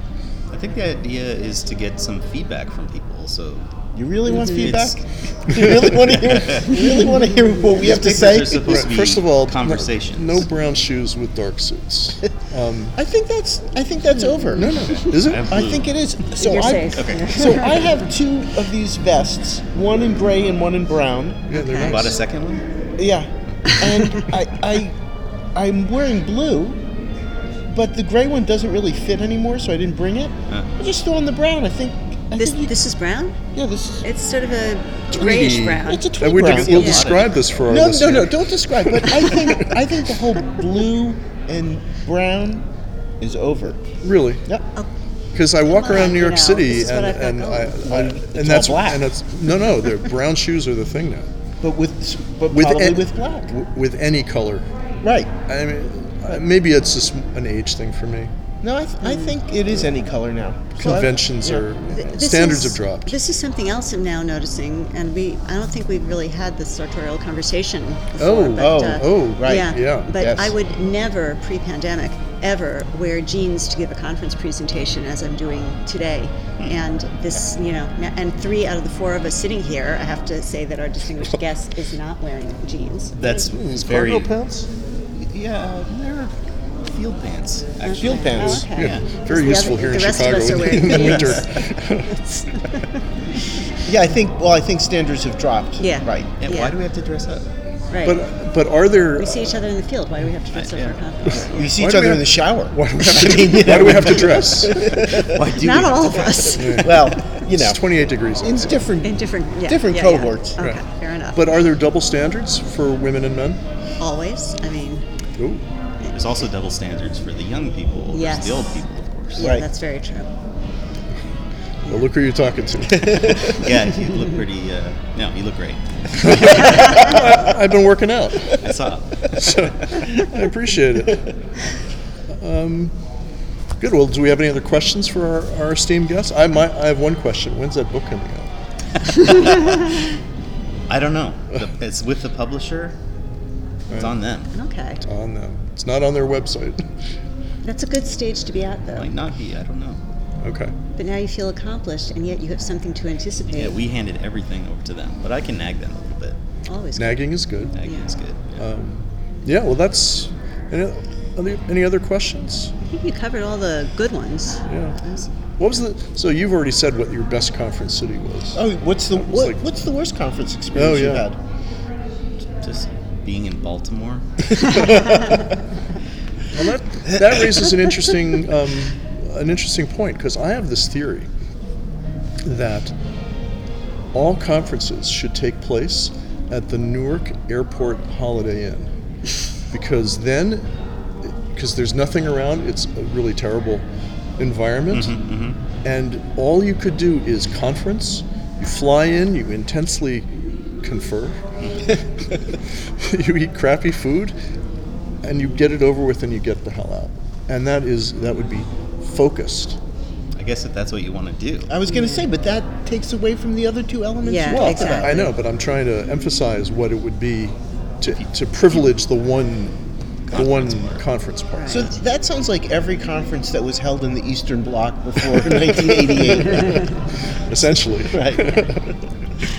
I think the idea is to get some feedback from people. So You really want It's- feedback? You really want to hear? You really want to hear what we have to papers say? are supposed to be First of all, no- conversations. No, brown shoes with dark suits. Um, I think that's I think that's over. Hmm. no, no, is it? I'm I blue. think it is. So Hmm. You're I safe. Okay. so I have two of these vests, one in gray and one in brown. Yeah, they're Okay. bought nice. a second one. Yeah, and I I I'm wearing blue, but the gray one doesn't really fit anymore, so I didn't bring it. Uh. Huh. I just threw on the brown. I think. I This think you- this is brown. yeah, this is. It's sort of a grayish brown. It's a tweed And we're brown. de- we'll Yeah. describe this for our No, no, listeners. no! Don't describe. But I think I think the whole blue and brown is over. Really? Yep. Because I walk Come around on, New you York know, City this is what and I've got and I, going. I Well, it's all and that's black. and that's no no the brown shoes are the thing now But with but With probably an- with black. w- with any color. Right. I mean, uh, maybe it's just an age thing for me. No, I, th- I Hmm. think it is any color now. So I- Conventions yeah. are Th- this standards have is- dropped. This is something else I'm now noticing, and we I don't think we've really had this sartorial conversation before. Oh, but, oh, uh, oh, right, Yeah, yeah, But yes. I would never, pre-pandemic, ever wear jeans to give a conference presentation as I'm doing today. Hmm. And this, you know, n- and three out of the four of us sitting here, I have to say that our distinguished guest is not wearing jeans. That's Is very cargo pants? yeah. They're field pants. Actually. Field pants. Oh, okay. Yeah, Yeah. very The useful other- here in the rest of Chicago us are in the- wearing in the jeans. winter. Yeah, I think. Well, I think standards have dropped. Yeah. Right. And Yeah. why do we have to dress up? Right. But but are there we see each other in the field. Why do we have to dress up Yeah. for a conference? You see Why each do we other have- in the shower. why do we have to, why do we have to dress? Why do Not we all of us. Well, you know, It's 28 degrees. it's outside. different. In different yeah, Different yeah, yeah. cohorts. Okay, Right. fair enough. But are there double standards for women and men? Oh, always, I mean, Ooh. There's also double standards for the young people versus Yes. the old people, of course. yeah, Right. that's very true. Well, look who you're talking to. Yeah, you look pretty. Uh, no, you look great. I, I've been working out. I saw. I appreciate it. Um, good. Well, do we have any other questions for our, our esteemed guests? I might. I have one question. When's that book coming out? I don't know. The- It's with the publisher. It's on them. Okay, On them. It's not on their website. that's a good stage to be at, though. Might not be. I don't know. Okay. But now you feel accomplished, and yet you have something to anticipate. Yeah, we handed everything over to them, but I can nag them a little bit. always. Nagging is good. Nagging is good. Yeah. Um, Yeah. Well, that's. Any, any- any other questions? I think you covered all the good ones. Yeah. What was the? So you've already said what your best conference city was. Oh, what's the what, like- what's the worst conference experience Oh, yeah. you had? Just being in Baltimore. Well, that, that raises an interesting um, an interesting point because I have this theory that all conferences should take place at the Newark Airport Holiday Inn because then because there's nothing around it's a really terrible environment and all you could do is conference you fly in you intensely confer you eat crappy food and you get it over with and you get the hell out and that is that would be focused I guess if that's what you want to do. I was gonna say, but that takes away from the other two elements. Mm. Yeah, you talked exactly. about. i know but i'm trying to emphasize what it would be to, to privilege the one the one conference part So that sounds like every conference that was held in the Eastern Bloc before 1988. essentially right.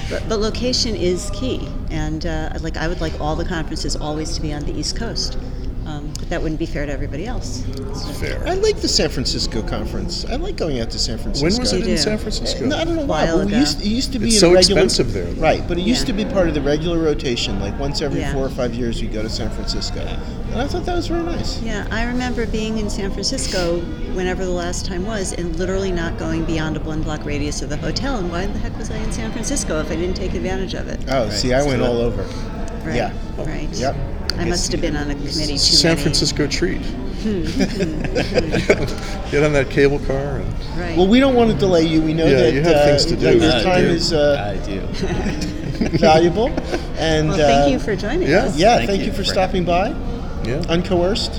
But, but location is key, and uh, I'd like I would like all the conferences always to be on the East Coast. Um, but that wouldn't be fair to everybody else. I fair like the San Francisco conference. I like going out to San Francisco. when was it in Yeah. san francisco No, I don't know why. While Well, it, ago. used, it used to be It's a so regular, expensive there, though. Right, but it used Yeah. to be part of the regular rotation. Like once every Yeah. four or five years, we go to San Francisco, and I thought that was very nice. Yeah, I remember being in San Francisco whenever the last time was and literally not going beyond a one block radius of the hotel. And why the heck was I in San Francisco if I didn't take advantage of it? Oh, see, I so went that- all over. Right. Yeah. Right. Yep. I must have been on a committee too San many. Hmm. Francisco treat. Get on that cable car and Right. Well, we don't want to delay you. We know Yeah, that, you have uh, things to that do. your I time do. is uh, I do. valuable. And Well, thank uh, you for joining yeah. us. Yeah, Thank thank, you you for for stopping by, yeah. uncoerced.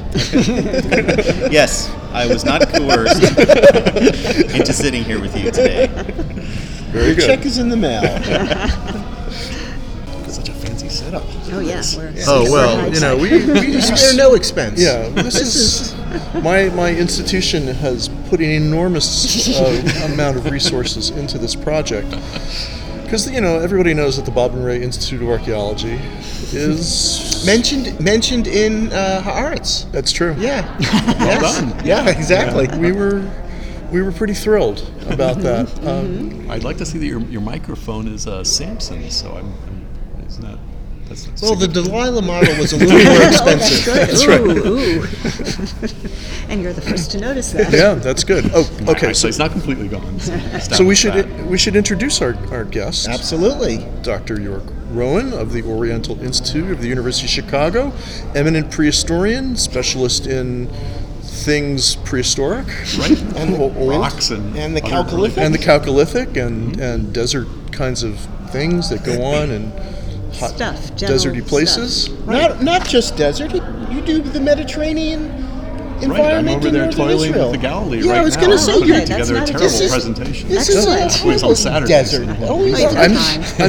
Yes, I was not coerced into sitting here with you today. Very good. Check is in the mail. Such a fancy setup. Oh, yeah. We're Oh well, you know we, we just Spare no expense. yeah. This is my my institution has put an enormous uh, amount of resources into this project because you know everybody knows that the Bob and Ray Institute of Archaeology is Mentioned mentioned in uh, Haaretz. that's true. Yeah. Well done. Yeah, exactly. we were we were pretty thrilled about that. Um, I'd like to see that your, your microphone is uh, Samson, so I'm, I'm it's not. That's not Well, the significant. Delilah model was a little more expensive. That's good. Ooh, ooh. and you're the first to notice that. yeah, that's good. Oh, okay. Alright, so So, it's not completely gone. So, so we should we should introduce our our guest. Absolutely. Dr. York Rowan of the Oriental Institute of the University of Chicago, eminent prehistorian, specialist in things prehistoric, Right? and old, Rocks and And the other calcolithic. early- and the Chalcolithic and, and desert kinds of things that go on in hot Stuff, general deserty places. Not not just desert. You do the Mediterranean environment Right, I'm over in there northern toiling Israel. with the Galilee Yeah, right I was now. going to I'm say Okay, putting that's together a not a terrible dis- presentation. this is a Excellent. Always on total Saturdays. desert. Always Oh, you on- did I'm,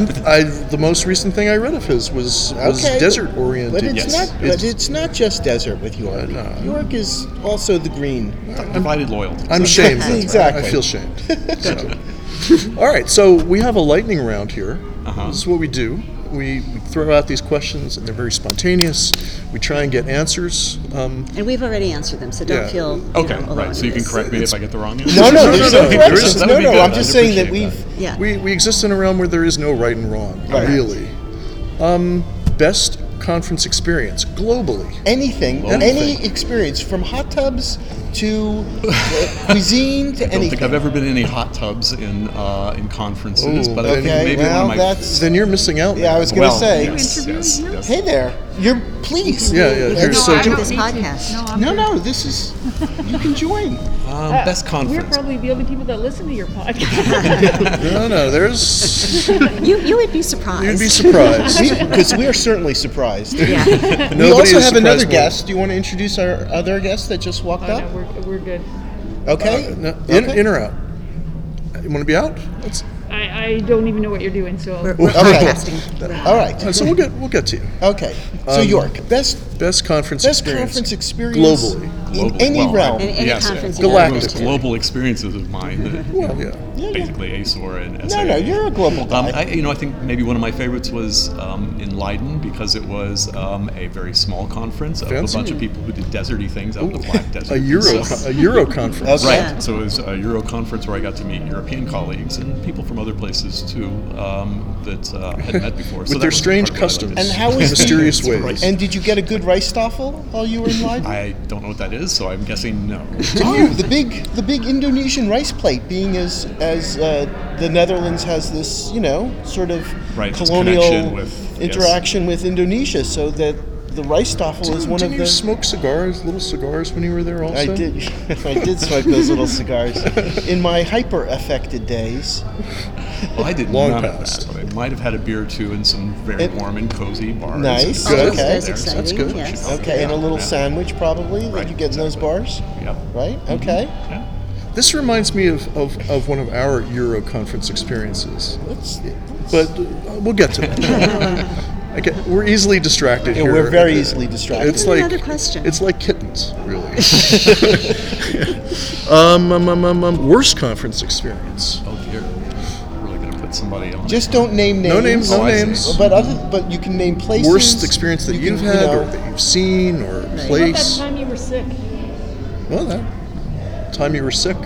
Time. I'm, I, the most recent thing I read of his was, was Okay, but- desert oriented. But it's Yes. not. But it's not just desert with York. no. York is also the green. Divided loyalty. I'm shamed. Exactly. I feel shamed. So. All right, so we have a lightning round here. Uh-huh. This is what we do. We, we throw out these questions, and they're very spontaneous. We try and get answers. Um, And we've already answered them, so don't Yeah. feel you Okay, know, alone right. So you in can this. correct me if I get the wrong answer. No, no, there's no, no, there corrections. is- that No, would be no. good. I'm I'd just saying that appreciate we've. Yeah. we, we exist in a realm where there is no right and wrong, Right. really. Um, best conference experience globally. anything, any experience from hot tubs to uh, cuisine to I don't think anything. I've ever been in any hot tubs in uh, in conferences, Ooh, but I okay, think maybe well, one of my that's. Then you're missing out. yeah, I was gonna well, say. yes, yes, yes. Hey there, you're please. Yeah, yeah, That's- you're No, so- I do- don't this need to. podcast. No, I'm no, good. no, this is. You can join. Uh, Um, best We're conference. probably the only people that listen to your podcast. No, no, there's. You, you would be surprised. You'd be surprised. Because we are certainly surprised. yeah. Nobody we also is have another surprised more. guest. Do you want to introduce our other guest that just walked oh, no, up? we're, we're good. Uh, Okay. Uh, No, in, Okay. in or out? You want to be out? That's, I, I don't even know what you're doing, so We're, we're Okay. broadcasting. All right. Uh, so we'll get we'll get to you. Okay. Um, So York, best Best conference best experience. conference experience Globally. in Globally. any Well, realm. In any Yes, conference yeah. you ever Galactic. go to. Global experiences of mine that you know, Well, yeah. Yeah, yeah. basically ASOR and No, SAA. no, you're a global Um, guy. I, you know, I think maybe one of my favorites was um, in Leiden because it was um, a very small conference of Fancy. a bunch of people who did deserty things out in the Black Desert. A Euro So- a Euro conference. Right, Yeah. so it was a Euro conference where I got to meet European colleagues and people from other places too um, that uh, I had met before. With their strange customs And how in is the- mysterious ways. Christ. and did you get a good Reistoffel while you were in Leiden? I don't know what that is, so I'm guessing no. Oh, the big the big Indonesian rice plate, being as as uh, the Netherlands has this, you know, sort of Right, this colonial connection with- yes. interaction with Indonesia, so that the Reistoffel is Didn't, one didn't of you the. smoke cigars, little cigars, when you were there? Also, I did, I did smoke those little cigars in my hyper affected days. Well, I did Long none past. of that, but I might have had a beer or two in some very It- warm and cozy bars. Nice, Oh, Good. that's, that's Okay. exciting. That's good. Yes. Okay, and a little Yeah. sandwich probably that Right, you get in those bars, Yep. right? Okay, This reminds me of, of, of one of our Euro conference experiences, Let's- but uh, we'll get to that. okay, we're easily distracted Yeah, here. we're very easily distracted. It's like Another question. It's like kittens, really. um, um, um, um, um, worst conference experience. Oh dear, really gonna put somebody on. just don't name names. No names, no Oh, I see. names. But other, but you can name places. worst experience that you you have can, you had or know- that you've seen or What about place. that time you were sick, Well, that time you were sick.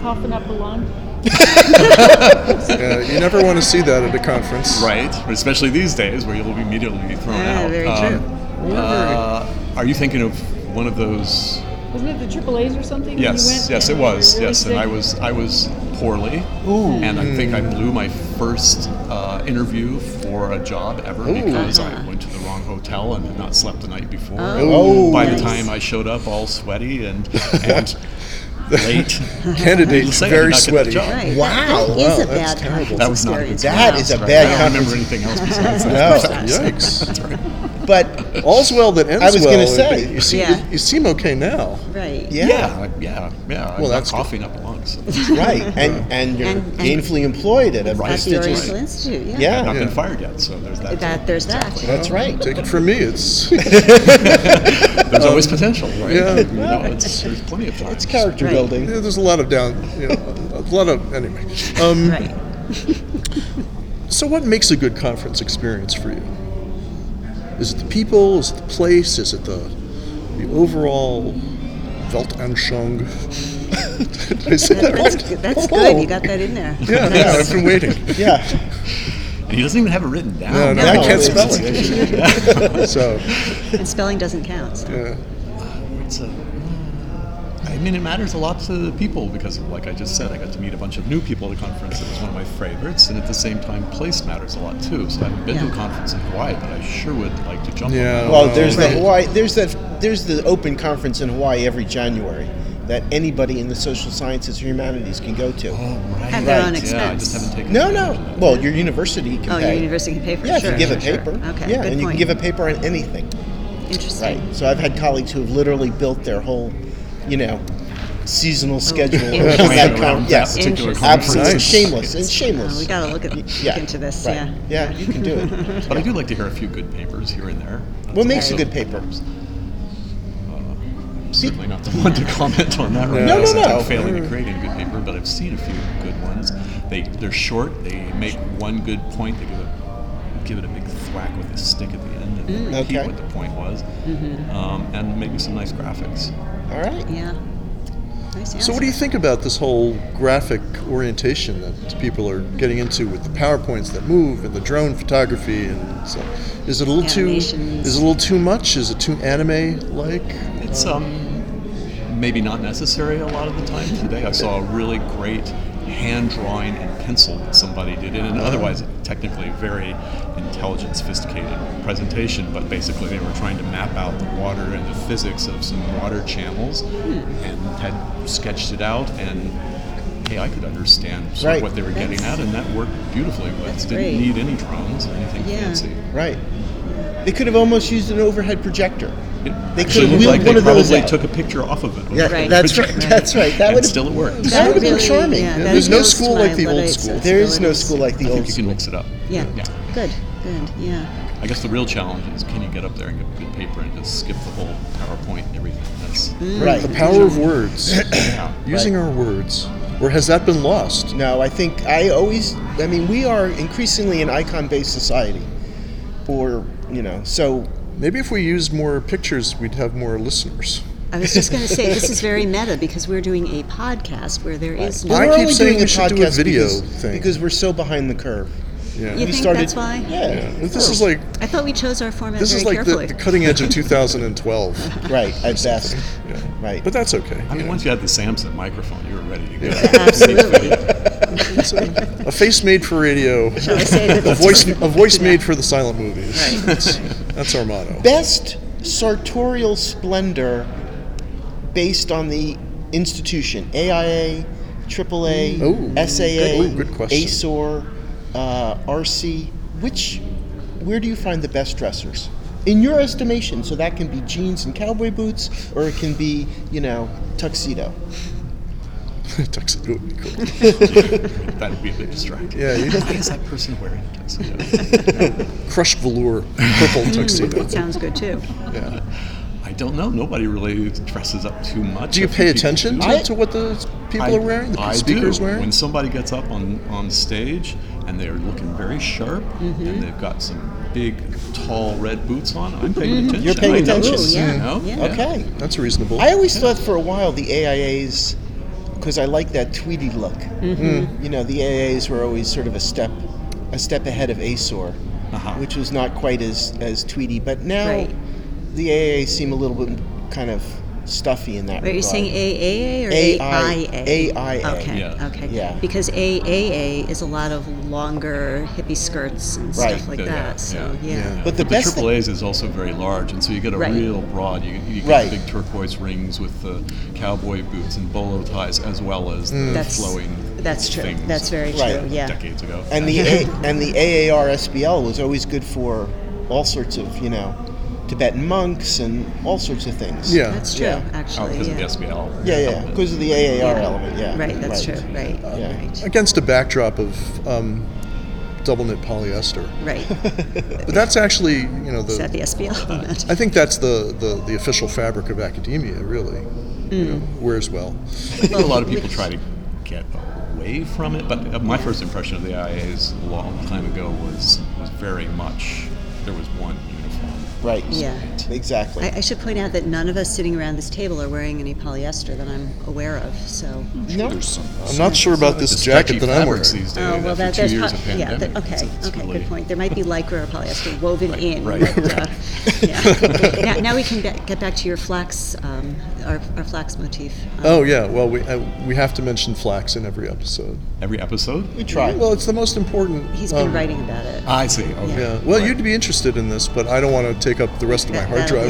coughing up a lung. Uh, you never want to see that at a conference. right, especially these days where you'll immediately be thrown Yeah, out. very Um, uh, are you thinking of one of those Wasn't it the Triple A's or something? You Yes, went yes, and it you were was. really yes, and sick? I was I was poorly, and I think I blew my first uh, interview for a job ever because I went to the wrong hotel and had not slept the night before. Oh. By Nice. the time I showed up, all sweaty and and late. Candidate, Say I did very not get the sweaty. job. Right. Wow. That, that Wow, is a that's bad terrible. conference That was not a good experience. That Wow. is a I bad don't remember conference. anything else besides that. No. Oh, Yikes. But All's well that ends well. I was gonna and- say. You seem, Yeah. you seem okay now. Right. yeah, Yeah, yeah, yeah. I'm Well, not that's good. coughing up lungs. right. And and you're And- and- gainfully employed at a Right. At the prestigious. Oriental Institute. Yeah. Yeah. I've not Yeah. been fired yet, so there's that. That there's that. That's right. Take it from me, it's There's always potential, right? yeah. You know, it's, there's plenty of time. It's character Right. building. Yeah, there's a lot of down, you know, a lot of anyway. Um, Right. So, what makes a good conference experience for you? Is it the people? Is it the place? Is it the the overall Weltanschauung? Did I say that That's, right? good- that's good. You got that in there. Oh. Yeah, yeah, I've been waiting. Yeah. And he doesn't even have it written down. No, no, I can't it's- spell it. so, And spelling doesn't count. So. yeah. It's a, uh, I mean, it matters a lot to the people because, like I just said, I got to meet a bunch of new people at a conference. It was one of my favorites, and at the same time, place matters a lot too. So I haven't been to Yeah. a conference in Hawaii, but I sure would like to jump. Yeah. on Well, there's the Right. Hawaii. There's the there's the open conference in Hawaii every January that anybody in the social sciences or humanities can go to. that. Oh, right. At their own Yeah, I expense. just haven't taken. No, advantage no. of that. Well, your university can Oh, pay. your university can pay for Yeah, it. sure, if you give a sure, paper. Sure. Okay. Yeah, good and you can point. give a paper on anything. Right. Interesting. So I've had colleagues who have literally built their whole, you know, seasonal schedule. Oh. yeah. around Plan that around con- that yeah, particular absolutely. conference. Absolutely. Nice. Shameless. It's Oh, we shameless. got to look, at, Yeah. look into this. right. Yeah. Yeah, you can do it. But I do like to hear a few good papers here and there. That's What makes a also- good paper? Certainly not the one to comment on that right No, now, no, since no. I'm failing to create any good paper, but I've seen a few good ones. They they're short. They make one good point. They give a give it a big thwack with a stick at the end and then repeat Mm, Okay. what the point was, Mm-hmm. um, and maybe some nice graphics. All right. Yeah. Nice answer. So, what do you think about this whole graphic orientation that people are getting into with the powerpoints that move and the drone photography? And so, is it a little too? Animations. Is it a little too much? Is it too anime-like? It's um maybe not necessary a lot of the time. Today I saw a really great hand drawing and pencil that somebody did in an otherwise technically very intelligent, sophisticated presentation, but basically they were trying to map out the water and the physics of some water channels Hmm. and had sketched it out and hey, I could understand sort Right. of what they were getting That's- at and that worked beautifully with That's didn't great. need any drones or anything Yeah. fancy. Right. They could have almost used an overhead projector. They could It have looked wheeled like one they of those probably out. took a picture off of it. with Yeah, a Right. that's right. projector. That's right. That and would still it worked. That would have been really- charming. yeah, that There's no appeals to school my like the old athletic school. There is no sensibilities. school like the I old think you can school. mix it up. Yeah. Yeah. Good. Good. Yeah. I guess the real challenge is can you get up there and get good paper and just skip the whole PowerPoint and everything? That's Right. The power of words, yeah. using our words, or has that been lost? No, I think I always. I mean, we are increasingly an icon-based society, or you know, so Maybe if we used more pictures, we'd have more listeners. I was just going to say this is very meta because we're doing a podcast where there is I no. we're keep only saying doing we should do a podcast video because, thing. because we're so behind the curve. Yeah. You we think started- that's why? Yeah. Yeah, This is like I thought we chose our format this very is like the, carefully. the cutting edge of 2012. right at best. Right, But that's okay. I mean, yeah. once you had the Samsung microphone, you were ready to go. Absolutely. a face made for radio, Shall I say that a that's voice a voice made for the silent movies. That's, that's our motto. best sartorial splendor, based on the institution AIA, AAA, Ooh, SAA, good- ooh, good question. ASOR, uh, RC. Which, where do you find the best dressers? In your estimation, so that can be jeans and cowboy boots, or it can be, you know, tuxedo. Tuxedo would be cool. that would be a bit distracting. Yeah, you- Why is that person wearing a tuxedo? Crushed velour, purple tuxedo. It sounds good too. Yeah. I don't know. Nobody really dresses up too much. Do you A few pay people attention do. to, to what the people are wearing? The I speakers do. wearing? When somebody gets up on, on stage and they're looking very sharp Mm-hmm. and they've got some big, tall red boots on, I'm paying attention. Mm-hmm. You're paying I notice, attention. Ooh, yeah, You know? yeah. Okay. That's reasonable. I always thought for a while the AIAs, because I like that Tweety look. You know, the AIAs were always sort of a step, a step ahead of ASOR, Uh-huh. which was not quite as as Tweety. But now, Right. the AIAs seem a little bit kind of stuffy in that Wait, are you regard. saying AAA or AI AIA? AIA. Okay, Yeah. okay. Yeah. Because AAA is a lot of longer hippie skirts and Right. stuff like Oh, Yeah, that. So, yeah. But the best thing- triple A's is also very large, and so you get a Right. real broad. You, you get Right. the big turquoise rings with the cowboy boots and bolo ties, as well as Mm. the That's- flowing. that's true. Things That's very true, Right. yeah. Decades ago. and the A- and the AARSBL was always good for all sorts of you know Tibetan monks and all sorts of things. Yeah. That's true, Yeah. Oh, actually. because yeah. of the SBL. yeah, yeah, because of the AAR element. Yeah, Right, that's true. Right, Yeah. right, against a backdrop of um, double knit polyester. right. But that's actually, you know, Is that the the. SBL element? I think that's the, the, the official fabric of academia, really. Hmm. You know, wears well. I think a lot of people try to get away from it, but uh, my first impression of the IAs a long time ago was was very much there was one uniform. Right. Yeah. Exactly. I, I should point out that none of us sitting around this table are wearing any polyester that I'm aware of. So, no. There's some. I'm not sure about the this stretchy jacket that I'm wearing. fabrics These days, oh well, that, after there's two years pro- of yeah. pandemic, that- okay, it's- it's okay, really- good point. There might be lycra or polyester woven Right, in. right, but, uh, yeah. now, now we can get, get back to your flax, um, our, our flax motif. Um, Oh, yeah. Well, we, I, we have to mention flax in every episode. Every episode. We tried. Well, it's the most important. He's been um, writing about it. I see. Oh, Okay. Yeah. Well, you'd be interested in this, but I don't want to take up the rest of my That- hard that'll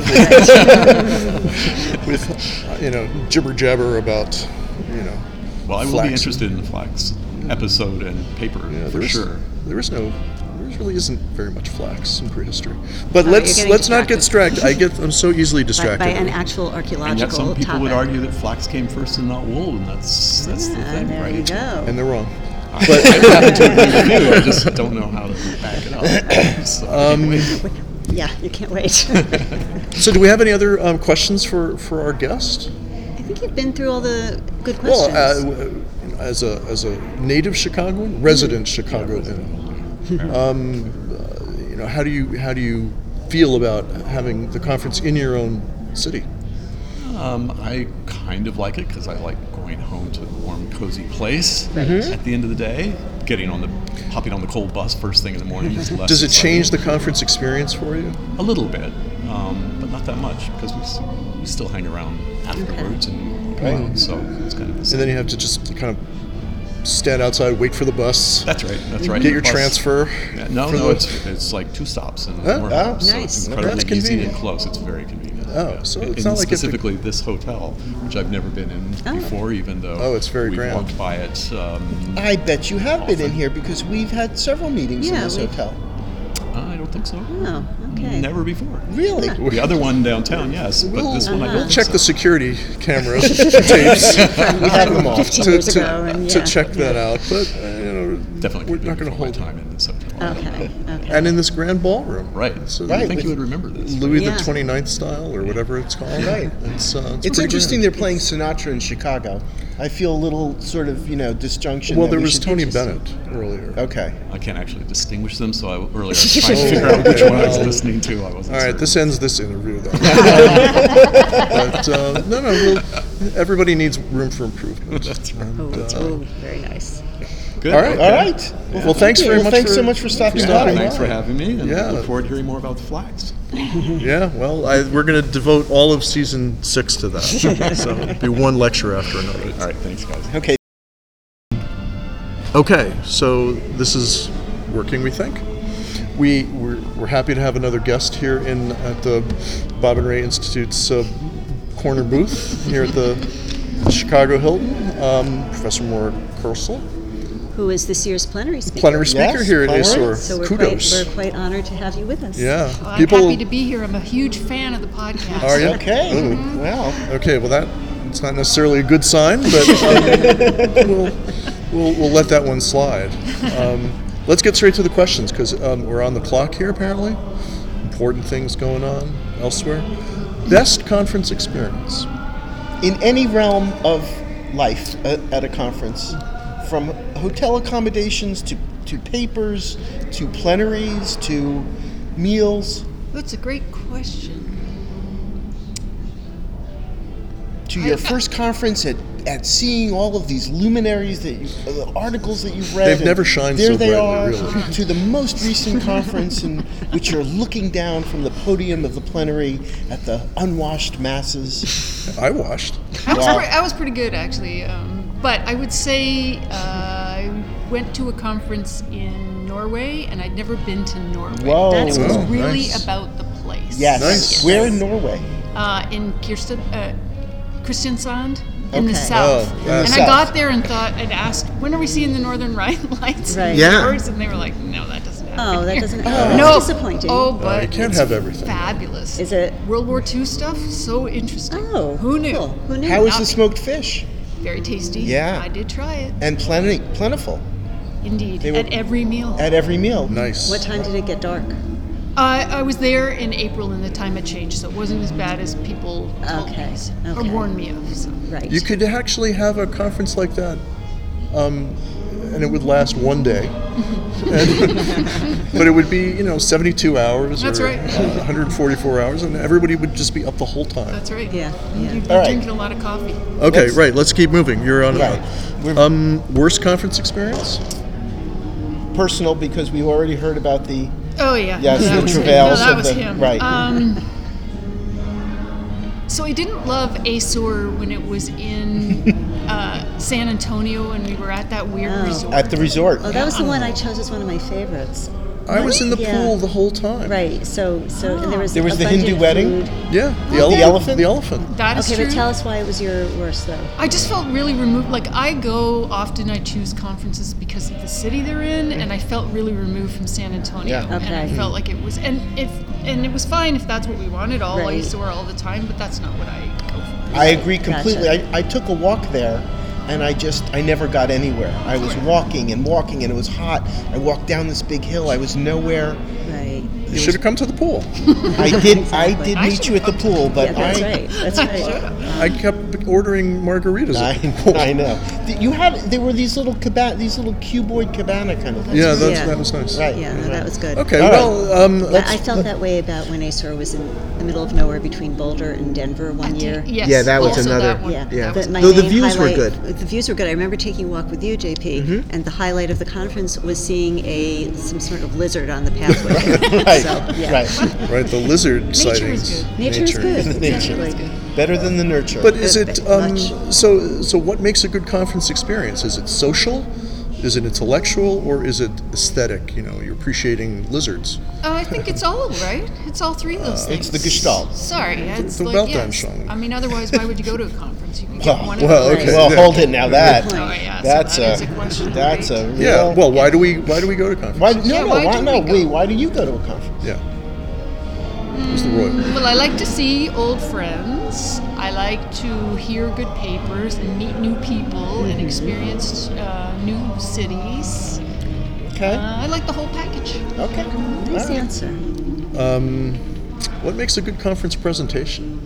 drive be great. with, uh, you know, jibber jabber about, you know. Well, I will flax. be interested in the flax episode and paper Yeah, for there is- sure. There is no, there really isn't very much flax in prehistory. But you're let's getting let's not get distracted. distracted. I get I'm so easily by, distracted. by an actual And yet, archaeological some people topic. would argue that flax came first and not wool, and that's that's the Ah, thing, there right? you go. and they're wrong. I just don't know how to back it up. So, Um, anyway. yeah, you can't wait. I So, do we have any other um, questions for for our guest? think you've been through all the good Well, questions. uh, w- as a as a native Chicagoan, resident Mm-hmm. Chicagoan, um, uh, you know, how do you how do you feel about having the conference in your own city? Um, I kind of like it because I like going home to a warm, cozy place. At the end of the day, getting on the hopping on the cold bus first thing in the morning is less. Does it exciting. change the conference experience for you? A little bit, um, but not that much because we, s- we still hang around afterwards and go out, so it's kind of the And same. then you have to just kind of stand outside, wait for the bus, That's right. That's right. get your Bus- transfer. Yeah, no, for no, the- it's it's like two stops and Huh? we're Ah. home, so Nice. it's incredibly That's easy and convenient. close. It's very convenient. Oh, so it's not and like you have to- specifically this hotel, which I've never been in Oh. before, even though Oh, it's very we've grand. walked by it. Um, I bet you have been in here because we've had several meetings in Yeah, this we've- hotel. I don't think so. oh, okay. Never before. Really? The other one downtown, yes, but this uh-huh. one I don't. think Check so. the security cameras tapes we have them all. 15 years ago. and to yeah. check that out, but uh, you know, Definitely we're not going to before my hold time in this hotel. Okay, okay. And in this grand ballroom, Right. So I Right. think you would remember this. Louis Yeah. the 29th style or whatever it's called. Right. It's, uh, It's pretty interesting grand. they're playing Sinatra in Chicago. I feel a little sort of you know disjunction. Well, that there we was should Tony just- Bennett earlier. Okay. I can't actually distinguish them, so I earlier I was trying to figure out which one I was Well, listening to. I wasn't. All right, certain. this ends this interview, though. but uh, no, no, we'll, everybody needs room for improvement. Oh, uh, it's- oh, very nice. Good. All right. All right. Well, thanks Yeah, very well, much. thanks for, so much for stopping yeah, by. Thanks for having me, and Yeah. look forward to hearing more about the flags. Yeah, well, I, we're going to devote all of season six to that. so it'll be one lecture after another. All right, thanks, guys. Okay. Okay, so this is working. We think we we're, we're happy to have another guest here in at the Bob and Ray Institute's uh, corner booth here at the Chicago Hilton. Um, Professor Moore Kersel, Who is this year's plenary speaker? plenary speaker Yes, here at plenary. ASOR. So we're Kudos. quite we're quite honored to have you with us. yeah, Well, I'm happy to be here. I'm a huge fan of the podcast. are you Okay. Ooh. Well, Okay, well that it's not necessarily a good sign, but um, we'll, we'll we'll let that one slide. Um, let's get straight to the questions because um, we're on the clock here. Apparently, important things going on elsewhere. Best conference experience. in any realm of life uh, at a conference, from hotel accommodations to to papers to plenaries to meals That's a great question. to your first conference at at seeing all of these luminaries that you, uh, the articles that you've read. They've and never shined there so they brightly, are really. to the most recent conference, in which you're looking down from the podium of the plenary at the unwashed masses. I washed. I was, Wow. pre- I was pretty good actually, um, but I would say uh, I went to a conference in Norway, and I'd never been to Norway. Whoa. That was Oh, really nice. about the place. Yes, Nice. we're in Norway. uh, in Kirsten, uh, Kristiansand in Okay. the south. Oh, and that's- I got there and thought, I'd asked, when are we seeing the Northern Rhine lights? Right. And Yeah. birds?" And they were like, no, that doesn't happen. Oh, that here." doesn't. Oh, No. disappointing. Oh, Uh, but you can't it's have everything. fabulous. Is it? World War II stuff? So interesting. Oh, who knew? cool. Who knew? How is Not the me. smoked fish? Very tasty. Yeah. I did try it. And plenty, plentiful Indeed. They were- at every meal. at every meal. Nice. what time did it get dark? I, I was there in April and the time had changed, so it wasn't as bad as people told Okay, me, so- okay. or warned me of. So. Right. You could actually have a conference like that, um, and it would last one day. And- but it would be, you know, 72 hours That's or right. uh, 144 hours, and everybody would just be up the whole time. That's right. Yeah. Yeah. You're All right. drinking a lot of coffee. okay, Let's- right. Let's keep moving. You're on. Right. We're Um, worst conference experience? personal because we already heard about the Oh yeah. Yes, No, the that was him. travails No, that of was the- him. right. Um, so I didn't love ASOR when it was in uh, San Antonio and we were at that weird Oh. resort. at the resort. Oh, that was the one I chose as one of my favorites. I was in the Yeah. pool the whole time. Right. So, so and there was There was the abundant Hindu wedding. food. Yeah. Oh, The, The elephant? The elephant. that is Okay, true. but tell us why it was your worst though. I just felt really removed. Like I go often, I choose conferences because of the city they're in, and I felt really removed from San Antonio. Yeah. Okay. And I felt like it was, and if and it was fine if that's what we wanted. All Right. ASOR all the time, but that's not what I go for. I agree completely. Gotcha. I, I took a walk there and I just I never got anywhere. I was walking and walking and it was hot. I walked down this big hill. I was nowhere. Right. You should have come to the pool. I did I did I meet you at the should've pool, but Yeah, that's I right. That's right. I kept ordering margaritas. I, at the pool. I know. Th- You had there were these little cabana, these little cuboid cabana kind of things. Yeah, that's, Yeah. that was nice. Right. Yeah, no, right. that was good. Okay, All right. well, um, But let's, I felt that way about when ASOR was in the middle of nowhere between Boulder and Denver one year. Yes. Yeah, that was also another- That one. Yeah, Yeah. That was But my Though the main views were highlight- good. Mm-hmm. The views were good. I remember taking a walk with you, JP, and the highlight of the conference was seeing a some sort of lizard on the pathway. right. So, yeah. Right. right, the lizard is sightings. good. Nature is good. Nature. Really. Better than the nurture. But is it Perfect. um, Much. so? So, what makes a good conference experience? Is it social? Is it intellectual, or is it aesthetic? You know, you're appreciating lizards. Uh, I think it's all right. It's all three of those Uh, it's things. the Gestalt. Sorry, it's the like well done, yes. Sean. I mean, otherwise, why would you go to a conference? You could get Oh, Well, one well, of those. okay. well, there. hold it now. That point. Oh, yeah, so that's that is a, a question, that's right? a real, Yeah. Well, why do we why do we go to conference? Why, no, Yeah, no, why why, do no, we go? we, why do you go to a conference? Yeah. Who's the royal? Well, I like to see old friends. I like to hear good papers and meet new people and Mm-hmm. experience uh, new cities. Okay. Uh, I like the whole package. okay. Nice All right. answer. Um, what makes a good conference presentation?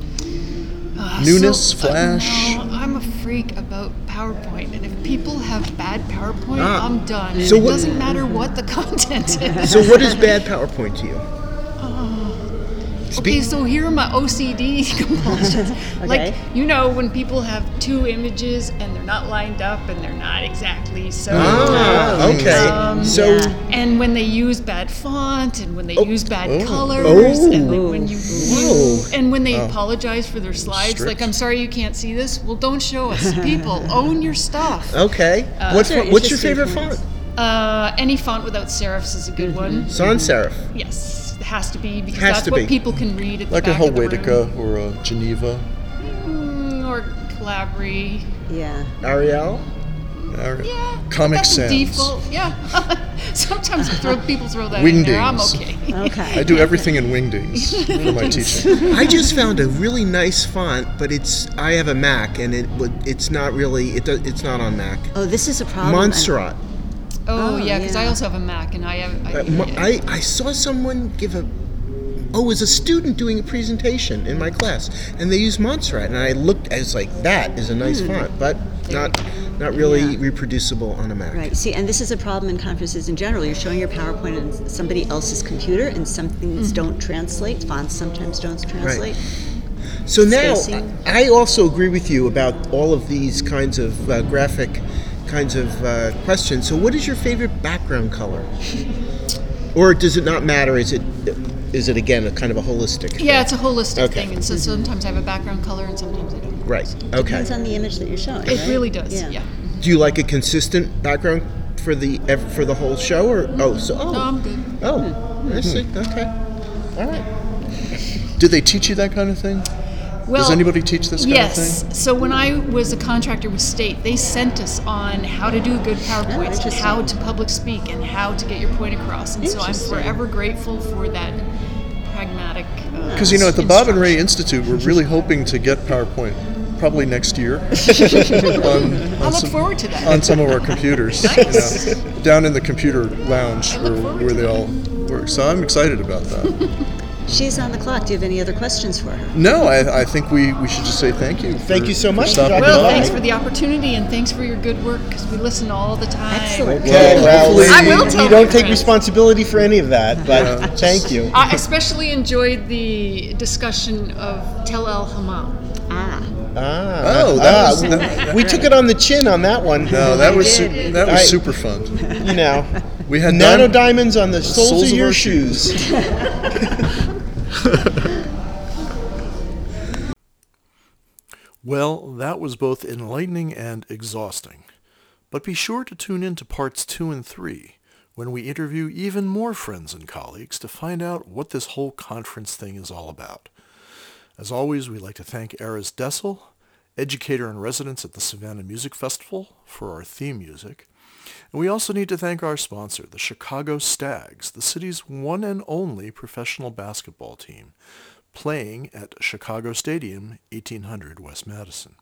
Uh, Newness, so, uh, flash. no, I'm a freak about PowerPoint, and if people have bad PowerPoint, Ah. I'm done. So it what- doesn't matter what the content is. So, what is bad PowerPoint to you? Oh. Okay, so here are my OCD compulsions. Okay. Like, you know, when people have two images and they're not lined up and they're not exactly so. Ah, okay. Um, so, yeah. And when they use bad font and when they use bad oh, colors oh, and like when you Whoa. and when they apologize for their slides, Strict. like I'm sorry you can't see this. Well, don't show us. People, own your stuff. okay. what's, Those are what's your interesting favorite points. font? Uh, any font without serifs is a good Mm-hmm. one. Sans serif. Yes, it has to be because Has that's to what be. people can read at Like the a back of the room. Helvetica or a Geneva? Mm, or Calabri. Yeah. Arial? Or Yeah. Comic that's Sans. a default. Yeah. Sometimes I throw, people throw that in there. I'm Wingdings. okay. I Okay. do everything in wingdings for my teaching. I just found a really nice font, but it's I have a Mac and it would it's not really it do- it's not on Mac. Oh, this is a problem. I'm- Montserrat. Oh, Oh, yeah, because I yeah. also have a Mac and I have. I, Uh, yeah. mo- I, I saw someone give a oh it was a student doing a presentation in my class and they used Montserrat and I looked I was like that is a nice font but not not really reproducible on a Mac. Right. See, and this is a problem in conferences in general. You're showing your PowerPoint on somebody else's computer, and some things don't translate. Fonts sometimes don't translate. So now, Spacing. I I also agree with you about all of these kinds of uh, graphic kinds of uh, questions. So, what is your favorite background color? or does it not matter? Is it is it again a kind of a holistic? Yeah, it's a holistic Okay. thing, and so Mm-hmm. sometimes I have a background color and sometimes I don't. Right. Okay. Depends on the image that you're showing. It right? really does. Yeah. Do you like a consistent background for the ev- for the whole show, or oh, so oh, Mm-hmm. No, I'm good. Mm-hmm. oh, I see. Okay. All right. Do they teach you that kind of thing? Well, anybody teach this kind of yes. So when I was a contractor with state, they sent us on how to do good Oh, PowerPoints, interesting. how to public speak, and how to get your point across. And so I'm Interesting. forever grateful for that pragmatic. uh, Because you know, at the Bob and Ray Institute, we're really hoping to get PowerPoint probably next year on, I on, look some, forward to that. on some of our computers. you Nice. know, down in the computer lounge I look where, forward where to they all that. work. So I'm excited about that. She's on the clock. Do you have any other questions for her? no, I, I think we, we should just say thank you. Thank for- you so for much, stopping Dr. well, by. thanks for the opportunity, and thanks for your good work because we listen all the time. Excellent. Okay, well, I will you, tell you my don't take friends. responsibility for any of that, but thank you. I especially enjoyed the discussion of Tel El Hamal. Ah, Ah, Oh, that ah, was- we- that- we took it on the chin on that one. No, that was su- did. that was Alright. super fun. you know, We had nano done- diamonds on the soles, soles of, of your our shoes. Well, that was both enlightening and exhausting. But be sure to tune in to parts two and three, when we interview even more friends and colleagues to find out what this whole conference thing is all about. As always, we'd like to thank Eris Dessel, educator in residence at the Savannah Music Festival, for our theme music. And we also need to thank our sponsor, the Chicago Stags, the city's one and only professional basketball team, playing at Chicago Stadium, 1800 West Madison.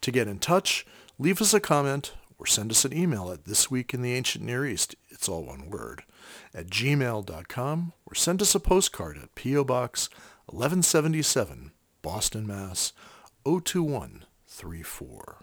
To get in touch, leave us a comment or send us an email at This Week in the Ancient Near East, it's all one word, at gmail.com or send us a postcard at P.O. Box oh 1177, Boston, Mass. 02134.